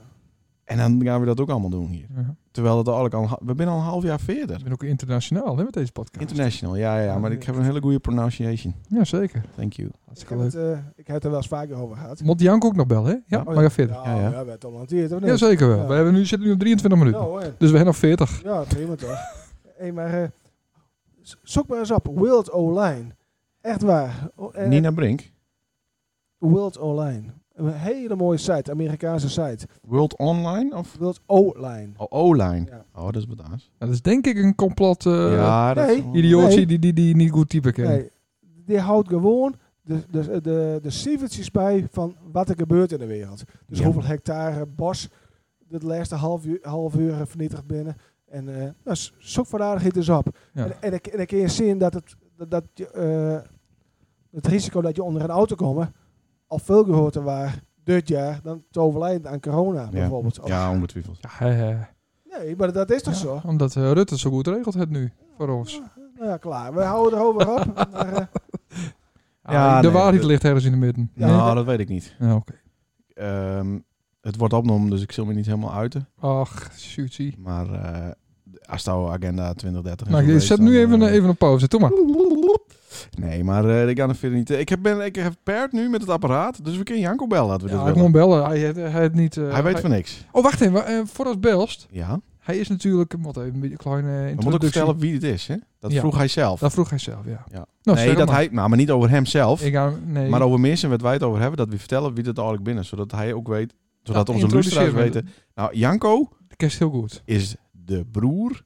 B: En dan gaan we dat ook allemaal doen hier.
A: Ja.
B: Terwijl dat eigenlijk al, een ha- we zijn al een half jaar verder.
A: Ik ben ook internationaal hè, met deze podcast.
B: International, ja, ja, ja, maar ik heb een hele goede pronunciation.
A: ja, zeker.
B: Thank you.
D: Ik
A: Hartstikke
D: heb,
A: leuk.
D: het, eh, ik heb het er wel eens vaker over gehad.
A: Moet Janko ook nog bellen, hè? Ja,
B: Oh,
A: maar ga verder.
D: Ja,
B: Ja, ja.
D: ja. we hebben het al hanteerd, of
A: Ja,
D: niet?
A: zeker wel.
D: Ja.
A: We hebben nu, zitten nu op 23 minuten.
D: Nou, hè.
A: Dus we hebben nog 40.
D: Ja, prima toch. [LAUGHS] Hé, maar eh, z- zoek maar eens op. Wild Online. Echt waar. O- en-
B: Nina Brink,
D: Wild Online. Een hele mooie site, Amerikaanse site.
B: World Online of
D: Wild Online.
B: oh, O-Line?
D: Ja.
B: Oh, dat is wat anders.
A: Nou, dat is denk ik een complot eh
B: ja, dat is
D: nee.
B: wel-
A: idiotie
D: Nee.
A: die, die, die niet goed typen kent.
D: Nee, die houdt gewoon de, de, de, de cijfertjes bij van wat er gebeurt in de wereld. Dus
B: Ja.
D: hoeveel hectare bos de laatste half uur, half uur vernietigd binnen. En eh nou, z- zoek voor de aardigheid eens op.
A: Ja.
D: En, en, dan- en dan kun je zien dat het, dat, dat je, eh, het risico dat je onder een auto komt al veel groter was dit jaar dan te overlijden aan corona bijvoorbeeld. Of-
B: Ja, ongetwijfeld.
A: Ja, hè, hè.
D: Nee, maar dat is toch
A: Ja,
D: zo?
A: Omdat eh, Rutte zo goed regelt het nu voor ons.
D: Nou ja, klaar. We houden erover
A: [LAUGHS]
D: op. maar, eh,
A: Ja,
B: Ja,
A: Ah, de
B: nee,
A: waarheid
B: dat-
A: ligt ergens in de midden.
D: Ja.
B: Nou, dat weet ik niet.
A: Ja, oké.
B: Ehm, het wordt opgenomen, dus ik zal me niet helemaal uiten.
A: Ach, shootie.
B: Maar eh als jouw agenda 2030 en
A: Nou,
B: zo
A: ik
B: wees,
A: zet
B: dan,
A: nu even,
B: eh,
A: even een pauze. Doe maar.
B: Nee, maar eh, ik ga er verder niet. Ik heb, ben, ik heb Pert nu met het apparaat, dus we kunnen Janko bellen. Dat we
A: Ja,
B: dit
A: ik
B: willen.
A: moet bellen. Hij, heeft- hij, heeft niet, eh,
B: Hij weet van niks.
A: Oh, wacht even. Eh, voor ons belst.
B: Ja?
A: Hij is natuurlijk, wat even een beetje een kleine eh,
B: Dan moet ik
A: introductie.
B: vertellen wie dit is, hè? Dat
A: Ja.
B: vroeg hij zelf.
A: Dat vroeg hij zelf, ja.
B: Ja.
A: Nou,
B: nee,
A: zeg
B: dat
A: maar.
B: hij, nou, maar niet over hemzelf.
A: Ik ga, nee,
B: Maar over mensen wat wij het over hebben, dat we vertellen wie dat eigenlijk binnen. Zodat hij ook weet, zodat
A: Ja,
B: onze luisteraars
A: introduceer me.
B: weten. Nou, Janko
A: dat kerst heel goed.
B: is de broer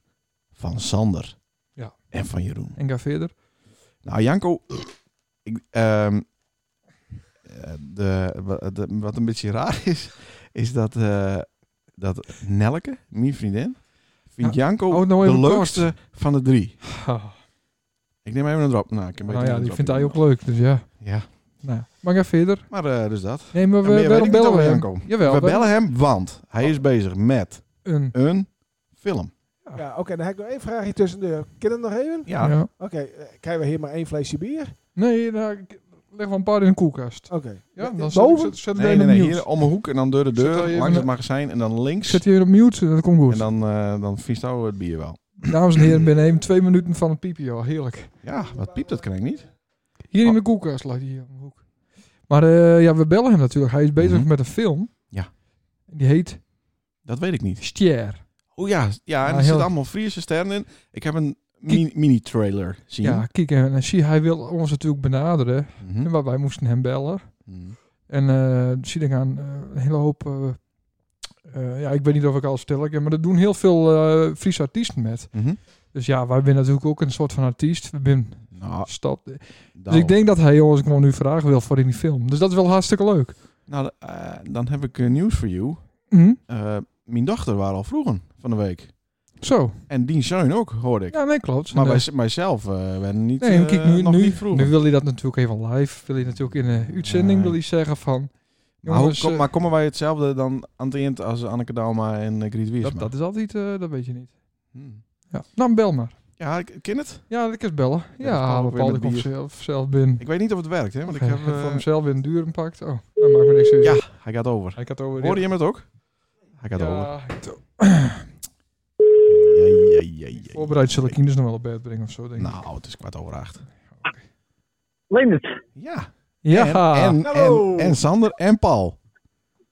B: van Sander.
A: Ja.
B: En van Jeroen.
A: En ga verder.
B: Nou, Janko, ik, ehm, eh, de, wa- de- wat een beetje raar [LAUGHS] is, is dat, eh, dat Nelke, mijn vriendin, vindt Janko
A: oh, nou
B: de
A: even kort.
B: leukste van de drie. [LAUGHS]
A: Ah,
B: Ik neem even een drop. Nou, ik heb
A: nou
B: beter
A: ja,
B: een
A: die
B: drop
A: vindt hij
B: in.
A: ook leuk, dus ja.
B: Ja,
A: Nou, maar ga verder.
B: maar eh, dus dat.
A: Nee, maar
B: Ja,
A: we,
B: meer weet
A: waarom
B: ik niet
A: bellen we
B: over
A: hem?
B: Janko.
A: Jawel,
B: We
A: we-
B: bellen hem, want hij is bezig met
A: Een,
B: een film.
D: Ja, oké, dan heb ik nog één vraagje tussendoor. Ken het nog even?
A: ja.
B: ja.
D: Oké, eh, krijgen we hier maar één flesje bier?
A: Nee, nou, ik leg wel een paar in de koelkast.
D: Oké.
A: Ja, dan zet-
D: Boven?
A: zet- zetten we
B: Nee,
A: hem
B: nee,
A: op
B: nee.
A: mute.
B: Hier om een hoek en dan door de
A: Zet hij
B: deur,
A: even
B: langs het
A: een-
B: magazijn en dan links.
A: Zet je hier op mute, dat komt goed.
B: En dan, eh dan vies nou het bier wel.
A: Dames en heren, binnen twee minuten van het piepje al. Heerlijk.
B: Ja, wat piept dat krijg ik niet.
A: Hier in de koelkast lag hij hier om de hoek. Maar eh, ja, we bellen hem natuurlijk. Hij is bezig
B: Mhm.
A: met een film.
B: Ja.
A: Die heet
B: Dat weet ik niet.
A: Stier.
B: Oh ja, ja en
A: Ah,
B: er
A: heel-
B: zitten allemaal Friese sterren in. Ik heb een mi- mini-trailer zien.
A: Ja, kijk, en, en zie, hij wil ons natuurlijk benaderen.
B: Mhm.
A: En waar wij moesten hem bellen.
B: Mhm.
A: En eh zie, er gaan eh, een hele hoop... eh, eh, ja, ik weet niet of ik alles vertel, maar er doen heel veel eh Friese artiesten met.
B: Mhm.
A: Dus ja, wij zijn natuurlijk ook een soort van artiest. We zijn
B: Nou,
A: stap. Dus
B: daarom.
A: ik denk dat hij ons gewoon nu vragen wil voor in die film. Dus dat is wel hartstikke leuk.
B: nou eh, dan heb ik eh, nieuws voor jou.
A: Mhm.
B: Eh, mijn dochter waren al vroegen van de week.
A: Zo.
B: En die zoon ook, hoorde ik.
A: Ja, nee, klopt.
B: maar
A: En,
B: wij,
A: eh,
B: mijzelf eh werden niet,
A: Nee, maar kijk,
B: eh,
A: nu,
B: nog
A: nu,
B: niet vroegen.
A: nu wil hij dat natuurlijk even live. Wil hij natuurlijk in een uitzending
B: Nee.
A: wil hij zeggen van...
B: maar, hoe
A: jongens,
B: kom-
A: eh,
B: maar komen wij hetzelfde dan aan het eind als Anneke Dalma en eh, Griet Wiersma?
A: dat, dat is altijd... eh, dat weet je niet.
B: Hmm.
A: Ja. Nou, bel maar.
B: Ja, ik ken het.
A: Ja, ik eens bellen.
B: dat kan
A: Ja,
B: ook
A: dat
B: weer
A: bepaalde
B: met
A: komt
B: bier.
A: zelf, zelf binnen.
B: Ik weet niet of het werkt, hè. Want ik heb...
A: voor
B: eh,
A: hemzelf weer een duur gepakt. Oh, dat maakt me niks uit.
B: ja, hij gaat over.
A: Hij gaat over.
B: Hoorde je hem het ook? Hij gaat over.
A: ja, het-
B: Ja, ja, ja, ja.
A: voorbereid zal ik kinders nog wel op bed brengen of zo, denk ik.
B: Nou, het is kwart over acht.
E: Leendert.
B: Ja.
A: Ja.
B: En, en,
D: Hallo.
B: en, en Sander en Paul.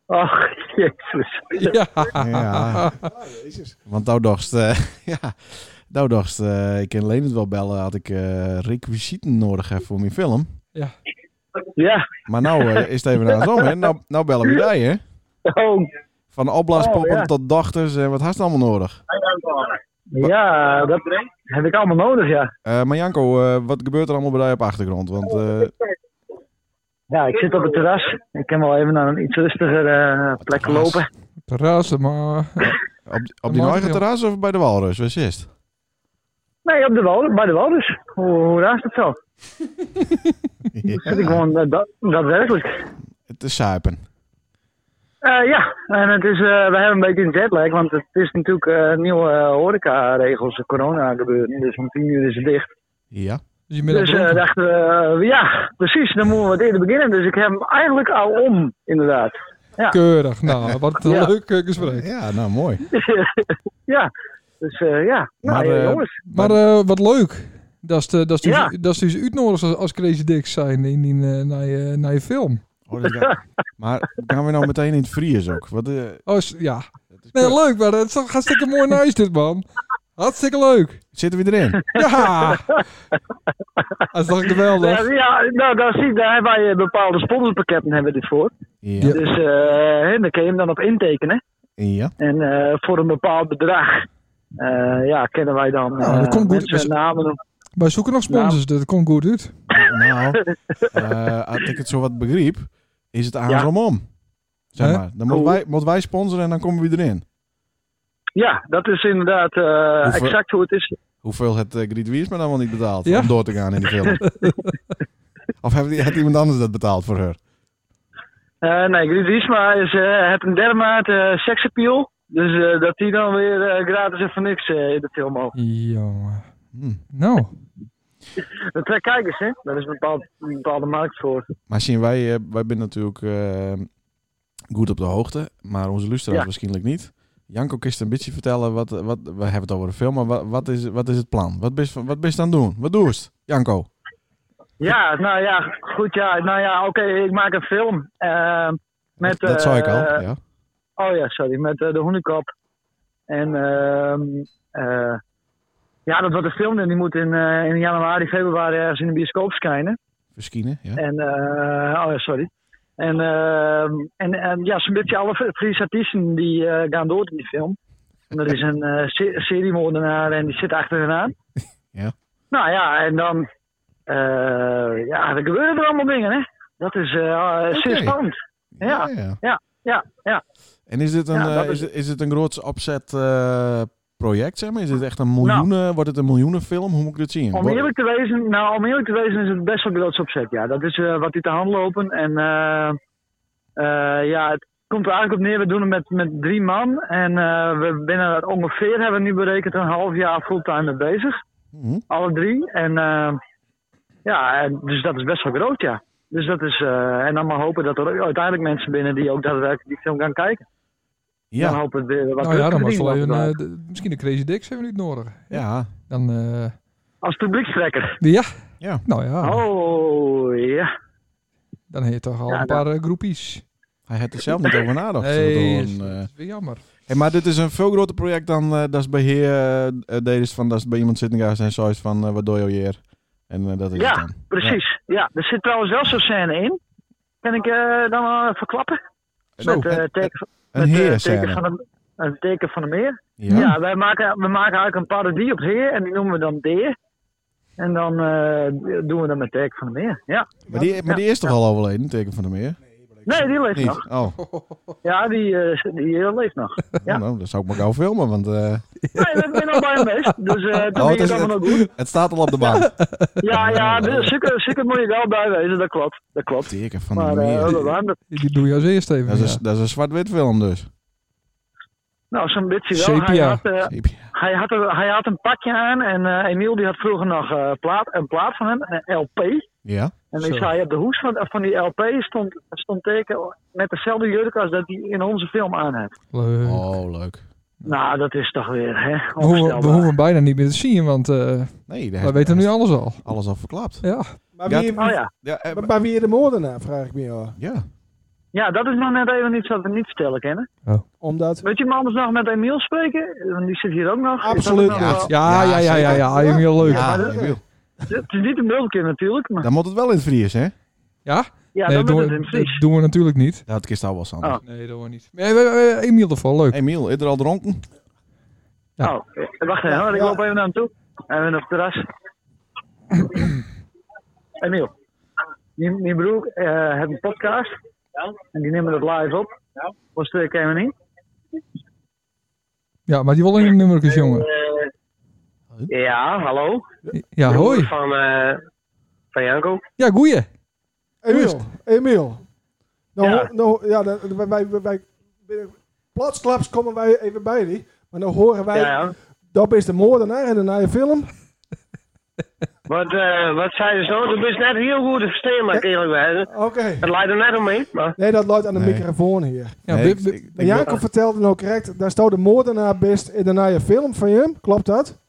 E: Ach, jezus.
B: [LAUGHS] Ja.
D: Ah, jezus.
B: Want nou dacht, eh, [LAUGHS] ja, nou dacht eh, ik ken Leendert wel bellen, had ik eh, requisieten nodig heb voor mijn film.
E: Ja,
B: Maar nou eh, is het even naar zo, hè. Nou, nou bellen we bij, hè.
E: oh.
B: Van opblaaspoppen
E: Oh, ja.
B: tot dochters, en wat had je allemaal nodig?
E: Ja, dat heb ik allemaal nodig, ja.
B: Eh, maar Janko, eh, wat gebeurt er allemaal bij jou op achtergrond? Want eh,
E: Ja, ik zit op het terras. Ik kan wel even naar een iets rustiger eh, plek
B: terras.
E: lopen.
A: Terrassen, maar...
B: op,
A: Dat
B: op die
A: mag
B: eigen
A: wel.
B: terras of bij de Walrus? Waar is het?
E: Nee, op de Walrus, bij de Walrus. Hoe, hoe raar is dat zo? Zit ik gewoon eh, da- daadwerkelijk.
B: Het is suipen.
E: Eh, ja, en het is, eh, we hebben een beetje een jetlag, want het is natuurlijk eh, nieuwe eh, horeca-regels, eh, corona gebeuren. Dus om tien uur is het dicht.
B: Ja.
A: Dus je bent
E: dus
A: al
E: eh,
A: dronken.
E: dachten we, eh, ja, precies, dan moeten we wat eerder beginnen. Dus ik heb hem eigenlijk al om, inderdaad.
A: Keurig.
B: [LAUGHS]
A: Nou, wat een
E: Ja.
A: leuk eh, gesprek.
B: Ja, nou mooi.
E: ja, dus eh, ja. Nou,
B: Maar,
E: ja,
B: eh,
E: jongens.
A: Maar eh, wat leuk. Dat is de, dat is dus,
E: Ja.
A: dat is dus uitnodigd als, als Crazy Dicks zijn in die, eh, naar, je, naar je film.
B: Oh, dat ga- maar gaan we nou meteen in het Fries ook? Wat, eh,
A: Oh, is- ja.
B: dat is
A: Nee,
B: kut.
A: leuk, maar het is toch hartstikke mooi nice dit, man. Hartstikke leuk.
B: Zitten we erin?
A: Ja. Dat is toch geweldig.
E: Ja, ja, nou, daar, zie, daar hebben wij eh, bepaalde sponsorpakketten hebben we dit voor.
B: Ja.
A: Ja.
E: Dus eh, hè, daar kun je hem dan op intekenen.
B: Ja.
E: En eh, voor een bepaald bedrag eh, ja, kennen wij dan
A: Nou, dat
E: eh,
A: komt goed.
E: mensen en namen.
A: Wij zoeken nog sponsors, dat komt goed uit.
B: Nou, eh, als ik het zo wat begreep, is het aan
E: Ja.
B: om om. Zeg
A: Hè?
B: maar, dan moeten wij, moeten wij sponsoren en dan komen we erin.
E: Ja, dat is inderdaad eh,
B: Hoeveel-
E: exact hoe het is.
B: Hoeveel het eh, Griet Wiers me dan wel niet betaald
A: Ja.
B: om door te gaan in die film? of heeft, die- heeft iemand anders dat betaald voor haar?
E: Eh, nee, Griet Wiesma is, eh, heeft een dermate eh, seksappeal. Dus eh, dat die dan weer eh, gratis en voor niks eh, in de film mogen.
A: Jongen.
B: Hm.
A: Nou,
E: Dat trekt kijkers, hè? Daar is een, bepaald, een bepaalde markt voor.
B: Maar zien wij, eh, wij zijn natuurlijk eh, goed op de hoogte, maar onze luisteraars
E: Ja.
B: waarschijnlijk niet. Janko, kist een beetje vertellen, wat, wat, we hebben het over de film, maar wat, wat, is, wat is het plan? Wat ben je wat ben je aan het doen? Wat doe je? Janko?
E: Ja, nou ja, goed ja. Nou ja, oké, ik maak een film. eh, met,
B: dat, dat zei ik al,
E: eh,
B: ja.
E: Oh ja, sorry, met eh, de hoenekop. En ehm, eh, ja, dat wordt een film en die moet in, eh, in januari, februari ergens in de bioscoop schijnen.
B: Verschijnen, ja.
E: En, eh, oh ja, sorry. En, ehm, en, en ja, zo'n beetje alle Friese artiesten die eh, gaan door in die film. En er is een eh, se- seriemoordenaar en die zit achter hen aan.
B: [LAUGHS] Ja.
E: Nou ja, en dan... eh, ja, er gebeuren er allemaal dingen, hè. Dat is eh, eh, zeer
B: Oké.
E: spannend. Ja, ja, ja.
B: En is dit een,
E: Ja, dat
B: eh, is...
E: is-
B: het- is het een groots opzet eh, project, zeg maar? Is dit echt een miljoenen, wordt het een miljoenenfilm? Hoe moet ik dit zien?
E: Nou. Om
B: Wordt-
E: eerlijk, te wezen, nou, om eerlijk te wezen is het best wel groots opzet. Ja, dat is eh, wat die te hand lopen. En eh, eh, ja, het komt er eigenlijk op neer. We doen het met, met drie man. En eh, we binnen ongeveer, hebben we nu berekend, een half jaar fulltime mee bezig.
B: Mhm.
E: Alle drie. En eh, ja, en dus dat is best wel groot, ja. Dus dat is, eh, en dan maar hopen dat er ook uiteindelijk mensen binnen die ook daadwerkelijk die film gaan kijken. Dan
B: Ja,
E: hopen we weer wat
A: nou ja,
E: terug
A: dan was
E: te verdienen
A: wel even,
E: wat we
A: eh,
E: doen.
A: de- misschien de Crazy Dicks hebben we niet nodig.
B: ja.
A: Dan, eh,
E: Als publiekstrekker.
A: ja.
B: Ja.
A: Nou ja,
E: Oh, ja.
A: dan heb je toch al
E: Ja,
A: een
E: dan-
A: paar eh, groepies.
B: Hij had er zelf niet over nagedacht.
A: Nee,
B: Zodat dan,
A: dat
B: eh,
A: is weer jammer.
B: Hey, maar dit is een veel groter project dan eh, dat is bij hier eh, eh, deed is van dat is bij iemand zitten gaan en zoiets van eh, wat doe je hier en eh, dat is
E: Ja,
B: het dan.
E: Precies, ja. Er zit trouwens wel zo'n scène in. Kan ik eh, dan wel verklappen?
B: Zo,
E: met, eh,
B: Oh, een-
E: teken, van-
B: Een
E: met, eh,
B: heer
E: teken van de, een teken van de meer.
B: Ja.
E: Ja, wij, maken, we maken eigenlijk een parodie op heer en die noemen we dan deer. En dan eh, doen we dat met teken van de meer. Ja.
B: Maar die, maar die is toch al overleden, teken van de meer?
E: Nee, die leeft nog.
B: Niet. Oh,
E: Ja, die, eh, die heer leeft nog. Ja.
B: nou, dat zou ik maar gauw filmen, want eh,
E: Nee, we zijn al bij hem best. Dus eh toen
B: Oh,
E: ging
B: het
E: het
B: is-
E: allemaal nog goed.
B: het staat al op de bank.
E: [LAUGHS] Ja, ja, dus zeker, zeker moet je wel bij wezen, dat klopt. Dat klopt.
B: teken van
E: Maar
B: de
E: eh,
B: meer.
E: we waren dat-
A: Die doe je als eerste even.
B: Dat is,
A: ja.
B: een- dat is een zwart-wit film dus.
E: nou, zo'n beetje wel. Hij
A: Sepia.
E: had, eh, Hij had, er- hij had een pakje aan en eh, Emiel die had vroeger nog eh, plaat, een plaat van hem, een LP.
B: Ja.
E: En
A: Zo.
E: ik zei, op de hoes van, van die LP stond, stond teken met dezelfde jurk als dat hij in onze film aan heeft.
A: Leuk.
B: Oh, leuk.
E: Nou, dat is toch weer, hè?
A: We hoeven, we
E: Onvoorstelbaar.
A: hoeven hem bijna niet meer te zien, want eh
B: Nee, daar
A: we
B: is-
A: weten
B: daar
A: nu
B: is
A: alles al.
B: alles al verklapt.
A: Ja,
D: Maar
B: Ja,
D: wie,
E: Oh ja.
B: Ja, eh,
D: maar, maar wie is de moordenaar, vraag ik me af.
B: ja.
E: ja, dat is nog net even iets wat we niet vertellen kennen.
D: Omdat...
E: Weet je me anders nog met Emiel spreken? Want die zit hier ook nog. Is dat
D: Absoluut
E: nog
D: niet.
E: wel-
A: ja, ja, ja, ja, ja, ja, heel leuk.
B: Ja,
E: maar dat-
B: ik wil.
E: Het is niet een mulke natuurlijk, maar
B: Dan moet het wel in het Fries, hè?
A: Ja?
E: ja,
A: Nee,
E: dan
A: dat doen,
E: wordt
A: we-
E: het in
A: dat
E: Fries.
A: doen we natuurlijk niet.
B: Dat kist al wel Sander.
E: Oh.
A: Nee, dat doen we niet. Nee, we- we- we- eh, Emiel ervoor, leuk.
B: Emiel, is er al dronken?
A: ja.
E: Oh, eh, wacht even, hoor, ik
D: Ja.
E: loop even naar hem toe. Even op het
A: [CLEARS THROAT]
E: terras. Emiel, mijn mijn broer eh heeft een podcast. En die nemen het live op. Ja. Was twee keer niet.
A: Ja, maar die wil een nummertjes, jongen.
E: Ja, hallo.
A: Ja, hoi.
E: Van, eh van Janko.
A: Ja, goeie.
D: Emiel, Emiel. Nou,
E: Ja.
D: ho- nou, ja, dan- wij, wij, wij, wij- plotsklaps komen wij even bij die. Maar dan horen wij,
E: Ja, ja.
D: dat is de moordenaar in de nieuwe film.
E: Wat, eh wat zei je zo? Dat is net heel goed te verstaan, maar eerlijk bij.
D: Oké.
E: Het leidt er net omheen, maar...
D: Nee, dat luidt aan de
B: Nee.
D: microfoon hier.
A: Ja,
B: Nee,
A: Bib-
B: ik-
A: Bib-
B: ik- ik
D: En Jacob vertelde nou correct, daar stond de moordenaar best in de nieuwe film van hem. Klopt dat?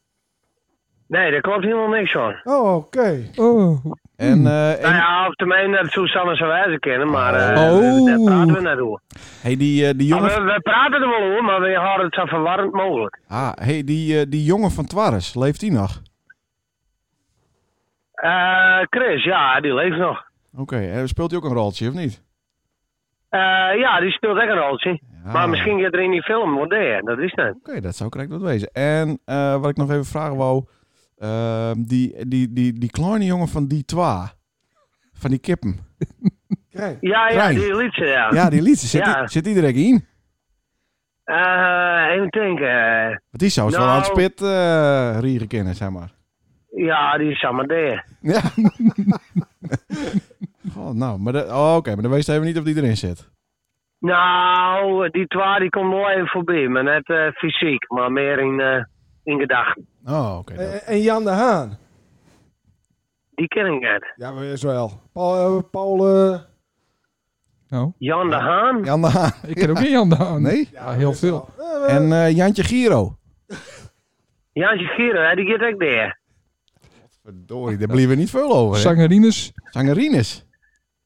E: Nee, daar klopt helemaal niks van.
D: Oh, oké.
A: oh,
B: En, eh, en-
E: Nou ja, op termijn dat Susanne zijn wijze kennen, maar eh
A: Oh.
E: daar praten we net over.
B: hey, die, eh, die
E: Ja,
B: jongen...
E: Nou, we, we praten er wel over, maar we houden het zo verwarrend mogelijk.
B: Ah, hey, die, eh, die jongen van Twarres, leeft die nog?
E: Eh, Chris, ja, die leeft nog.
B: Oké, eh, speelt hij ook een roltje, of niet?
E: Eh, ja, die speelt echt een rolletje.
B: Ja.
E: Maar misschien gaat er in die film wat neer, dat is net.
B: Oké, dat zou correct wat wezen. En eh, wat ik nog even vragen wou... eh, die, die, die, die kleine jongen van die twa. Van die kippen.
D: Krijg.
E: Ja, ja,
B: Klein.
E: die liet ze, ja.
B: Ja, die liedje. Zit,
E: Ja.
B: i- zit iedereen in?
E: Eh, even denken. eh,
B: Want die zou ze wel
E: Nou.
B: aan het spit eh rieren kennen, zeg [LAUGHS] maar.
E: ja, die is allemaal neer.
B: Ja. oh, nou, maar, dat- oh, oké, maar dan weet je even niet of die erin zit.
E: Nou, die twa die komt wel even voorbij, maar net eh, fysiek, maar meer in, eh, in gedachten.
B: Oh, oké. dat-
D: En, en Jan de Haan.
E: Die ken ik net.
D: Ja, maar is wel. Paul, eh, Paul eh,
A: nou,
E: Jan de Haan?
B: Jan [LAUGHS] de Haan.
A: ik ken ook geen Jan Daan.
B: Nee?
A: Ja, heel veel.
B: En eh, Jantje Giro.
E: Jantje Giro, hè, die gaat ook neer.
B: Verdorie, daar blieven we niet veel over. hè?
A: Zangerines.
B: Zangerines.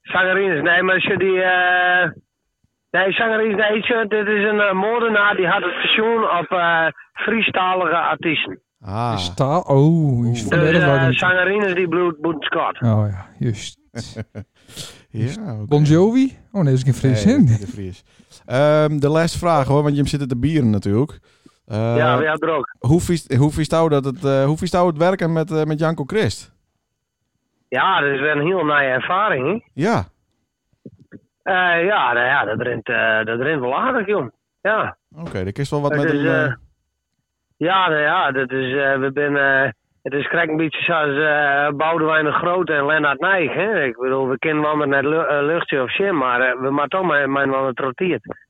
E: Zangerines, nee, maar als je die... eh, Nee, ik zag er iets, nee, ik zeg, dit is een eh, moordenaar die had het pensioen op eh Friestalige artiesten.
B: Ah,
A: Is taal? Oh, is van
E: Dus
A: de
E: eh
A: Erfgoed.
E: zangerines die bloed, bloed Scott.
A: Oh ja, juist.
B: ja. oké.
A: Bon Jovi? Oh nee, dat is geen Fries
B: Nee,
A: in.
B: dat is de Fries. Ehm, de laatste vraag hoor, want je zit te bieren natuurlijk. Eh,
E: ja, we hadden er ook.
B: Hoe vies, hoe vies jou dat het, eh, hoe vies jou het werken met, eh, met Janko Christ?
E: Ja, dat is wel een heel naaie ervaring. hè.
B: Ja.
E: Eh, ja, nou ja, dat rent, eh, dat rent wel aardig, joh. Ja,
B: Oké, dat is wel wat
E: dat
B: met
E: is,
B: een...
E: eh,
B: eh,
E: ja, nou ja, dat is, eh, we zijn, het is krek een beetje zoals eh Boudewijn de Groot en Lennart Nijg, hè. Ik bedoel, we kennen wel met lu eh, luchtje of shit, maar eh, we maar toch mijn, mijn wel het roteert.
A: [LAUGHS]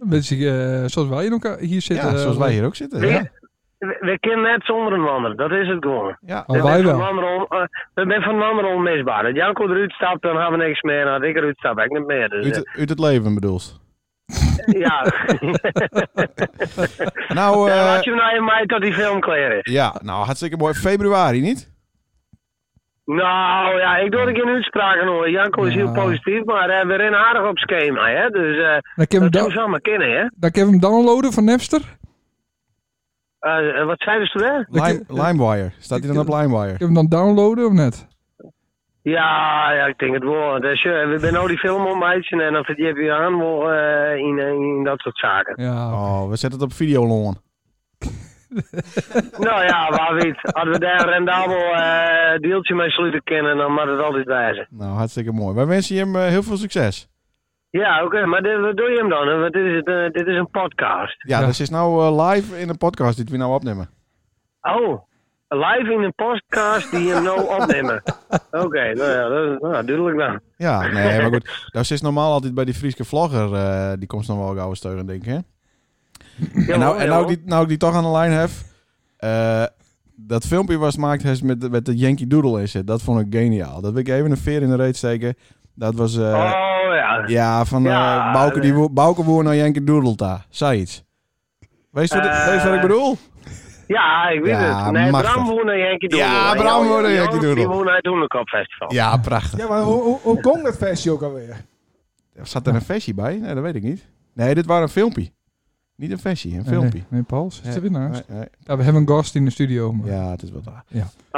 A: Een beetje eh, zoals wij in elkaar hier zitten.
B: ja, zoals
A: eh,
B: wij hier ook zitten. Ja,
E: We, we kennen net zonder een ander, dat is het gewoon.
B: ja.
A: Oh,
E: We
A: wij
E: zijn van
A: wel.
E: een ander on- eh, we zijn van een ander onmisbaar. Als Janko eruit stapt, dan hebben we niks meer. En als ik eruit stap, heb ik niet meer. Dus,
B: Uit, het- uit het leven bedoelst.
E: eh, ja. [LAUGHS]
B: Nou, eh,
E: Ja, Laat je nou in mei tot die film klaar is.
B: ja, nou hartstikke mooi. Februari, niet?
E: Nou ja, ik doe het in uitspraken hoor. Janko is
A: Ja.
E: heel positief, maar eh, we rennen aardig op schema, hè. Dus eh,
A: Dan kan je
E: dat
A: hem,
E: doen
A: dou-
E: ze allemaal kennen, hè.
A: dan kan je hem downloaden van Napster.
E: Eh, eh, wat zeiden ze daar?
B: Lime,
A: ik-
B: LimeWire. Staat hij dan op LimeWire?
A: Kun je hem dan downloaden of net?
E: Ja, ja, ik denk het wel. Dus, eh, we zijn nou die film op meisje en dan verdiep je aan wel, eh, in, in dat soort zaken.
A: Ja.
B: Oh, we zetten het op Videolon.
E: Nou ja, waar weet. Als we daar een rendabel eh deeltje mee sluiten kunnen, dan mag het altijd wijzen.
B: Nou, hartstikke mooi. Wij wensen je hem eh, heel veel succes.
E: Ja, oké, maar dit, wat doe je hem dan? hè? Want dit is, het, eh, dit is een podcast.
B: Ja,
A: Ja.
B: dat is nou eh, live in een podcast die we nou opnemen.
E: Oh, live in een podcast die je hem nou opnemen. Oké, nou ja, dat is nou, duidelijk dan.
B: Ja, nee, maar goed. Dat is normaal altijd bij die Friese vlogger. eh, die komt nog wel gauw steunen, denk ik. Hè? En nou, en nou, ik die, nou ik die toch aan de lijn heb. eh, dat filmpje was gemaakt heeft met, de- met de Yankee Doodle in zit. Dat vond ik geniaal. Dat wil ik even een veer in de reet steken. Dat was... eh,
E: oh ja.
B: Ja, van eh
E: Ja,
B: Bouke, die,
E: eh.
B: wo- Bouke woer naar Yankee Doodle daar. Zei iets. Weet je wat, ik-
E: Eh,
B: weet je wat ik bedoel?
E: Ja, ik weet
B: Ja,
E: het. Nee,
B: machtig.
E: Bram woont naar Yankee Doodle.
B: Ja,
E: En
B: Bram
E: Jan-
B: woont naar
E: Jan,
B: Yankee Doodle.
E: Die woont naar het Hoenderkop Festival.
B: Ja, prachtig.
D: Ja, maar hoe, hoe, hoe komt dat versie ook alweer?
B: Zat er een versie bij? Nee, dat weet ik niet. Nee, dit was een filmpje. Niet een versie, een
A: Nee,
B: filmpje.
A: Nee, nee, Paul, zit er weer naast?
B: Nee, nee.
A: Ja, we hebben een gast in de studio. Maar.
B: Ja, het is wel waar.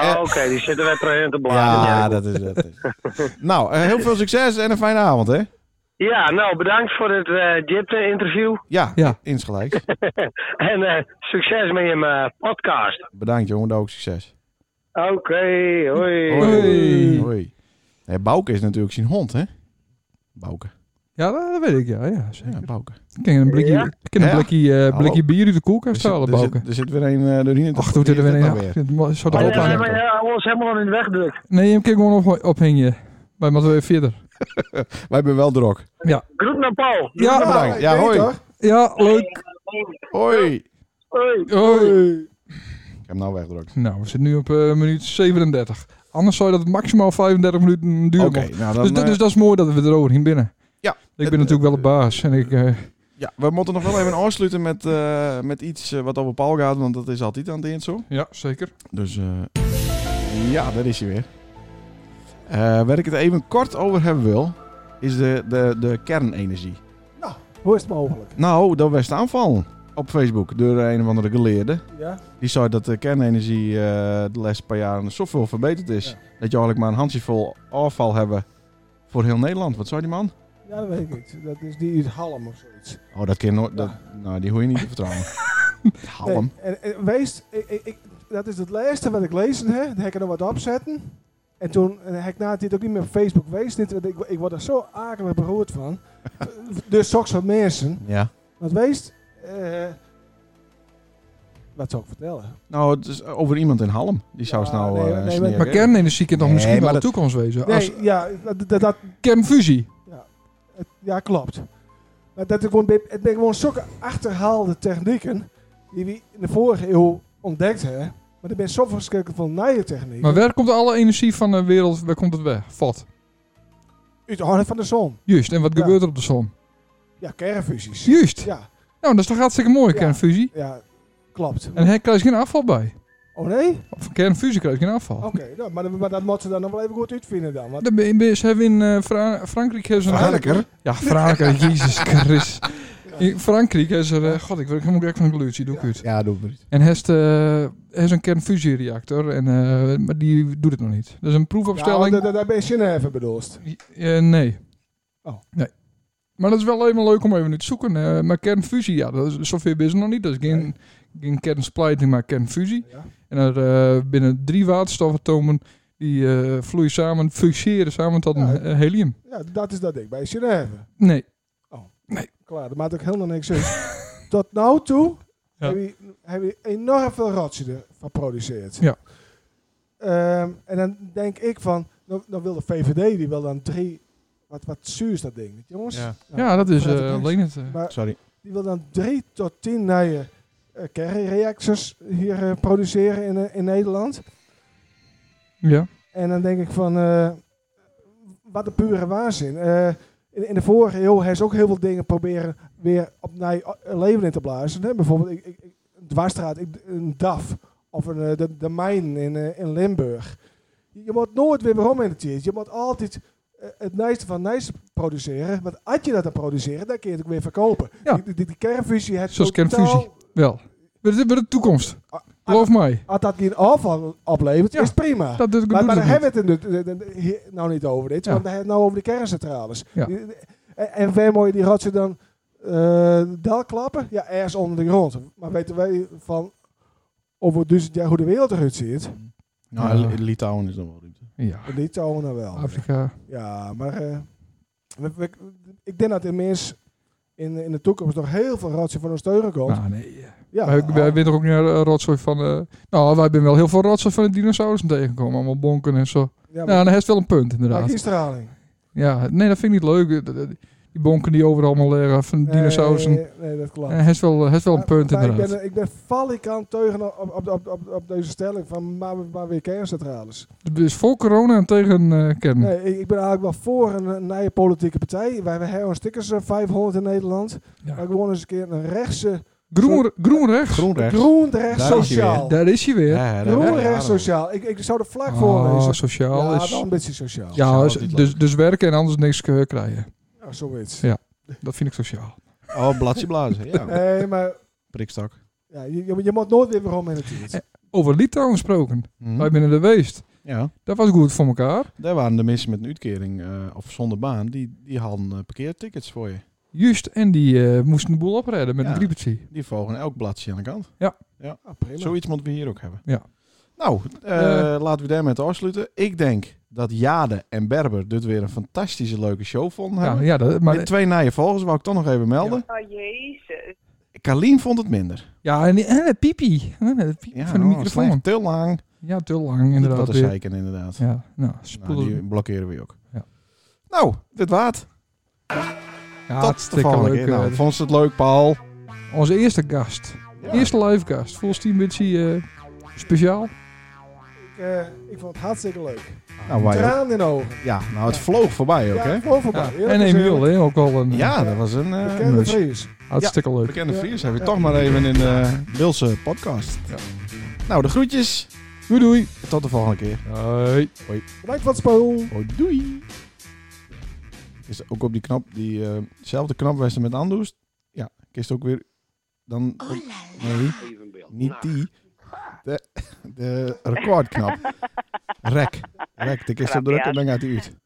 E: Oh, oké, die zitten wij terug te blazen.
B: Ja, dat is het. nou, eh, heel veel succes en een fijne avond, hè?
E: Ja, nou, bedankt voor het eh Jip-interview.
B: Ja,
A: Ja.
B: insgelijks.
E: En eh, succes met je eh, podcast.
B: Bedankt, jongen. Daar ook succes.
E: Oké, hoi.
A: Hoi.
B: Hoi. Nee, Bouke is natuurlijk zijn hond, hè? Bouke.
A: Ja, dat, dat weet ik. Ja, ja zeker.
B: Ja, Bouke.
A: Ik kan een blikje,
E: Ja?
A: ik kan een
B: Ja.
A: blikje, eh, blikje
B: Hallo.
A: bier uit de
B: Er
A: koelkast
B: zit, er,
A: halen,
B: zit,
A: Bouken.
B: er zit weer een eh doorheen.
A: Ach, doet hij er weer een
B: weer.
A: aan. Zou er
B: Oh,
E: Nee,
A: op
E: nee,
B: Hopla.
A: hangen.
E: maar ja, ons helemaal in de weg drukt.
A: Nee, hem kan ik gewoon op, ophingen. Wij moeten weer verder.
B: Wij hebben wel drok.
E: Groet naar Paul.
A: Ja,
B: bedankt.
D: Nou, ik
B: Ja,
D: weet
B: hoi.
D: het, hoor.
A: ja, leuk.
B: Hoi.
E: Hoi.
A: Hoi.
B: Ik heb hem nou weggedrukt.
A: Nou, we zitten nu op eh, minuut 37. Anders zou dat maximaal 35 minuten duren. mogen.
B: nou dan...
A: dus, dat-
B: eh,
A: dus dat is mooi dat we eroverheen binnen.
B: Ja.
A: Ik ben natuurlijk wel de baas. En ik, eh,
B: ja, we moeten nog wel even afsluiten met, eh, met iets eh, wat over Paul gaat, want dat is altijd aan het eind zo.
A: ja, zeker.
B: Dus eh, ja, daar is hij weer. Eh waar ik het even kort over hebben wil, is de, de, de kernenergie.
D: Hoe is het mogelijk?
B: Nou, dat werd aanval op Facebook door een of andere geleerde.
D: Ja?
B: Die zei dat de kernenergie eh, de laatste paar jaren zoveel verbeterd is.
D: Ja.
B: Dat je eigenlijk maar een handjevol afval hebben voor heel Nederland. Wat zei die man?
D: ja, dat weet ik niet. Dat is die uit Halm of zoiets.
B: Oh, dat kan nooit. Dat, nou, die hoor je niet te vertrouwen.
D: Nee,
B: Halm.
D: en, en wees, ik, ik, ik- dat is het laatste wat ik lezen heb. Daar heb ik er nog wat opzetten. En toen eh, heb ik na dit ook niet meer op Facebook geweest. Dit, want ik, ik word er zo akelig beroerd van. [LAUGHS] dus soks van mensen.
B: Ja.
D: Want wees, eh, wat zou ik vertellen?
B: Nou, het is over iemand in Halm. Die zou
D: Ja,
B: nou
D: nee,
B: eh
D: nee, maar-
B: sneren.
A: Maar kernenergie kan toch
B: Nee,
A: misschien wel
B: maar
A: de
B: dat-
A: toekomst wezen?
D: Nee,
A: Als
D: ja, dat, dat, dat,
A: kernfusie.
D: Het- Ja, klopt. Maar dat ik gewoon, bij- het ben gewoon zulke achterhaalde technieken die we in de vorige eeuw ontdekt hebben. Maar er ben zoveel verschillende van nieuwe technieken.
A: Maar waar komt alle energie van de wereld, waar komt het weg? Vat.
D: Uit de handen van de zon.
A: Juist, en wat
D: Ja.
A: gebeurt er op de zon?
D: Ja, kernfusies.
A: Juist.
D: Ja,
A: Nou, dat is toch hartstikke mooi,
D: Ja.
A: kernfusie?
D: ja klopt.
A: En hij krijgt geen afval bij.
D: Of Oh nee?
A: Van kernfusie krijg je een afval.
D: Oké, nou, maar, maar dat moet ze dan nog wel even goed uitvinden dan. Want
A: Dan ben je- ze hebben in eh, Fra- Frankrijk hebben ze een-
B: Harker.
A: Ja,
D: [LAUGHS]
A: Frankrijk, Jezus Christus. In Frankrijk hebben ze, eh, god, ik word helemaal gek van de gluten, doe ik het.
F: Ja, doe het.
A: En heeft eh heeft een kernfusiereactor, en, eh, maar die doet het nog niet. Dat is een proefopstelling.
D: Ja, daar- daar ben je zin in even bedoeld.
A: Eh, nee.
D: Oh.
A: Nee. Maar dat is wel even leuk om even nu te zoeken. eh, maar kernfusie, ja, dat is zoveel is er nog niet. Dat is geen, geen kernsplijting, maar kernfusie.
D: Ja.
A: En er eh, binnen drie waterstofatomen die eh, vloeien samen, fuseren samen tot
D: Ja.
A: een eh, helium.
D: Ja, dat is dat ik. Bij Genève.
A: Nee.
D: Klaar, dat maakt ook helemaal niks uit. Tot nu toe
A: Ja.
D: heb, je, heb je enorm veel rotsen ervan geproduceerd.
A: Ja.
D: Ehm, en dan denk ik van, dan, dan wil de VVD, die wil dan drie, wat, wat zuur is dat ding, niet, jongens?
B: Ja.
D: Nou,
A: Ja, dat is
D: praat ik
A: eh,
D: niks.
A: alleen het. eh,
D: Maar
B: Sorry.
D: die wil dan drie tot tien nieuwe eh, kernreactors hier eh, produceren in, eh, in Nederland.
A: eh, ja.
D: En dan denk ik van, eh, wat een pure waanzin. Eh, in, in de vorige eeuw heeft ze ook heel veel dingen proberen weer opnieuw eh, leven in te blazen. Hè? Bijvoorbeeld ik, ik, ik- een dwarsstraat, ik- een DAF of een, eh, de, de mijn in, eh, in Limburg. Je moet nooit weer waarom in het tiert. Je moet altijd eh, het nijste van nijste produceren. Want als je dat dan produceren, dan kun je het ook weer verkopen.
A: Ja.
D: Die, die, die kernfusie heeft
A: Zoals
D: totaal-
A: kernfusie. Wel. We de, de toekomst.
D: Ah,
A: Geloof mij.
D: Als dat geen afval oplevert,
A: Ja.
D: is prima.
A: Dat, dat,
D: ah. Maar,
A: doet
D: maar
A: het
D: daar
A: niet.
D: hebben we het in de- de- de- hier nou niet over dit.
A: Ja.
D: Want we hebben het nou over de kerncentrales.
A: Ja.
D: Die- de- En, en waar moet je die rotsen dan eh daar klappen? Ja, ergens onder de grond. Maar weten wij van over duizend jaar hoe de wereld eruit ziet?
B: Nou,
A: Ja.
B: Li- Litouwen is nog wel ruimte.
A: Ja.
D: Die tonen dan wel.
A: Afrika.
D: Ja, maar eh, we- we- ik denk dat er mens in, in de toekomst nog heel veel rotsen van ons teuren komt.
A: Nou, nee. eh,
D: ja,
A: wij, wij zijn toch ook niet eh, rotzooi van... eh, nou, wij zijn wel heel veel rotzooi van de dinosaurussen tegengekomen. Allemaal bonken en zo.
D: ja, maar-
A: Nou, dan heeft wel een punt,
D: maar
A: inderdaad.
D: die straling.
A: Ja, nee, dat vind ik niet leuk. Eh, eh, Die bonken die overal allemaal liggen van de dinosaurussen.
D: Nee, nee, dat klopt.
A: Eh, heeft wel, heeft wel een
D: Maar-
A: punt,
D: maar
A: inderdaad.
D: Ik ben, ik ben valikant teugen op, op, op, op, op deze stelling van maar, maar weer kerncentrales.
A: Dus voor corona en tegen eh kern.
D: Nee, ik, ik ben eigenlijk wel voor een, een nieuwe politieke partij. Wij hebben een stickers eh, 500 in Nederland. Maar
A: Ja.
D: ik wil eens een keer een rechtse,
A: Groen, groen rechts.
B: Groen rechts.
D: groen rechts
B: Daar is hij
D: sociaal.
A: Daar is hij weer.
B: Ja, daar-
D: Groen
B: daar-
D: rechts
B: daar-
D: sociaal. Ik, ik zou de vlag
A: Ah,
D: voorlezen.
A: sociaal
D: ja,
A: is...
D: dan een beetje sociaal. Ja.
A: Ja,
B: Sociaal
A: dus,
B: is niet
A: dus, dus werken en anders niks eh, krijgen.
D: zoiets.
A: Ja. Dat vind ik sociaal.
B: Oh, bladje blazen.
D: [LAUGHS]
B: Ja,
D: Nee, maar
B: prikstak.
D: ja, je, je, je moet nooit weer waarom in het iets.
A: Over Litouwen gesproken.
B: Mhm.
A: Wij binnen de Weest.
B: Ja,
A: Dat was goed voor elkaar.
B: daar waren de mensen met een uitkering eh, of zonder baan, die, die hadden eh, parkeertickets voor je.
A: Juist, en die eh, moesten de boel opredden met
B: Ja.
A: een griepertje.
B: Die volgen elk bladje aan de kant.
D: Ah, prima.
B: Zoiets moeten we hier ook hebben.
A: Ja.
B: Nou, eh, laten we daarmee afsluiten. Ik denk dat Jade en Berber dit weer een fantastische leuke show vonden.
A: Ja,
B: hebben.
A: ja, dat,
B: Met
A: maar,
B: twee naaie volgers wou ik toch nog even melden.
G: Oh, jezus.
B: Kalien vond het minder.
A: ja, en, die- en het piepie. En het piepie
B: Ja,
A: van de
B: oh,
A: microfoon.
B: slecht. te lang.
A: Ja, te lang
B: Inderdaad,
A: inderdaad
B: wat te
A: weer.
B: zeiken inderdaad.
A: Ja, nou,
B: Nou,
A: spoelen.
B: die blokkeren we ook.
A: Ja.
B: Nou, dit waard.
A: ja,
B: Tot de
A: hartstikke
B: volgende
A: leuk,
B: keer. Nou,
A: eh,
B: vond je het leuk, Paul?
A: onze eerste gast. Eerste live gast. Volgens die een beetje eh, speciaal.
D: Ik, eh, ik vond het hartstikke leuk.
B: Nou, wij ook.
D: Traan in de ogen.
B: Ja, nou, het vloog voorbij ook,
D: Ja,
B: hè?
D: gewoon voorbij.
A: Ja.
D: Eerlijk
A: En
D: gezegd,
A: Emiel, hè, ook al een
B: Ja, dat was een eh
D: Bekende
B: neus.
D: Fries.
A: hartstikke leuk.
B: bekende
D: Ja.
B: Fries. Heb je toch maar even in de Wilse podcast. Nou, de groetjes.
A: Doei doei.
B: Tot de volgende keer.
A: Hoi.
D: Bedankt voor het spul.
B: Oh, doei. Is ook op die knop, diezelfde knop waar ze met aandoest. Ja, kist ook weer. Dan. nee, niet die. De, de recordknop. Rek. Rek, de kist
G: Grapje,
B: op drukken
G: hè?
B: en dan gaat hij uit.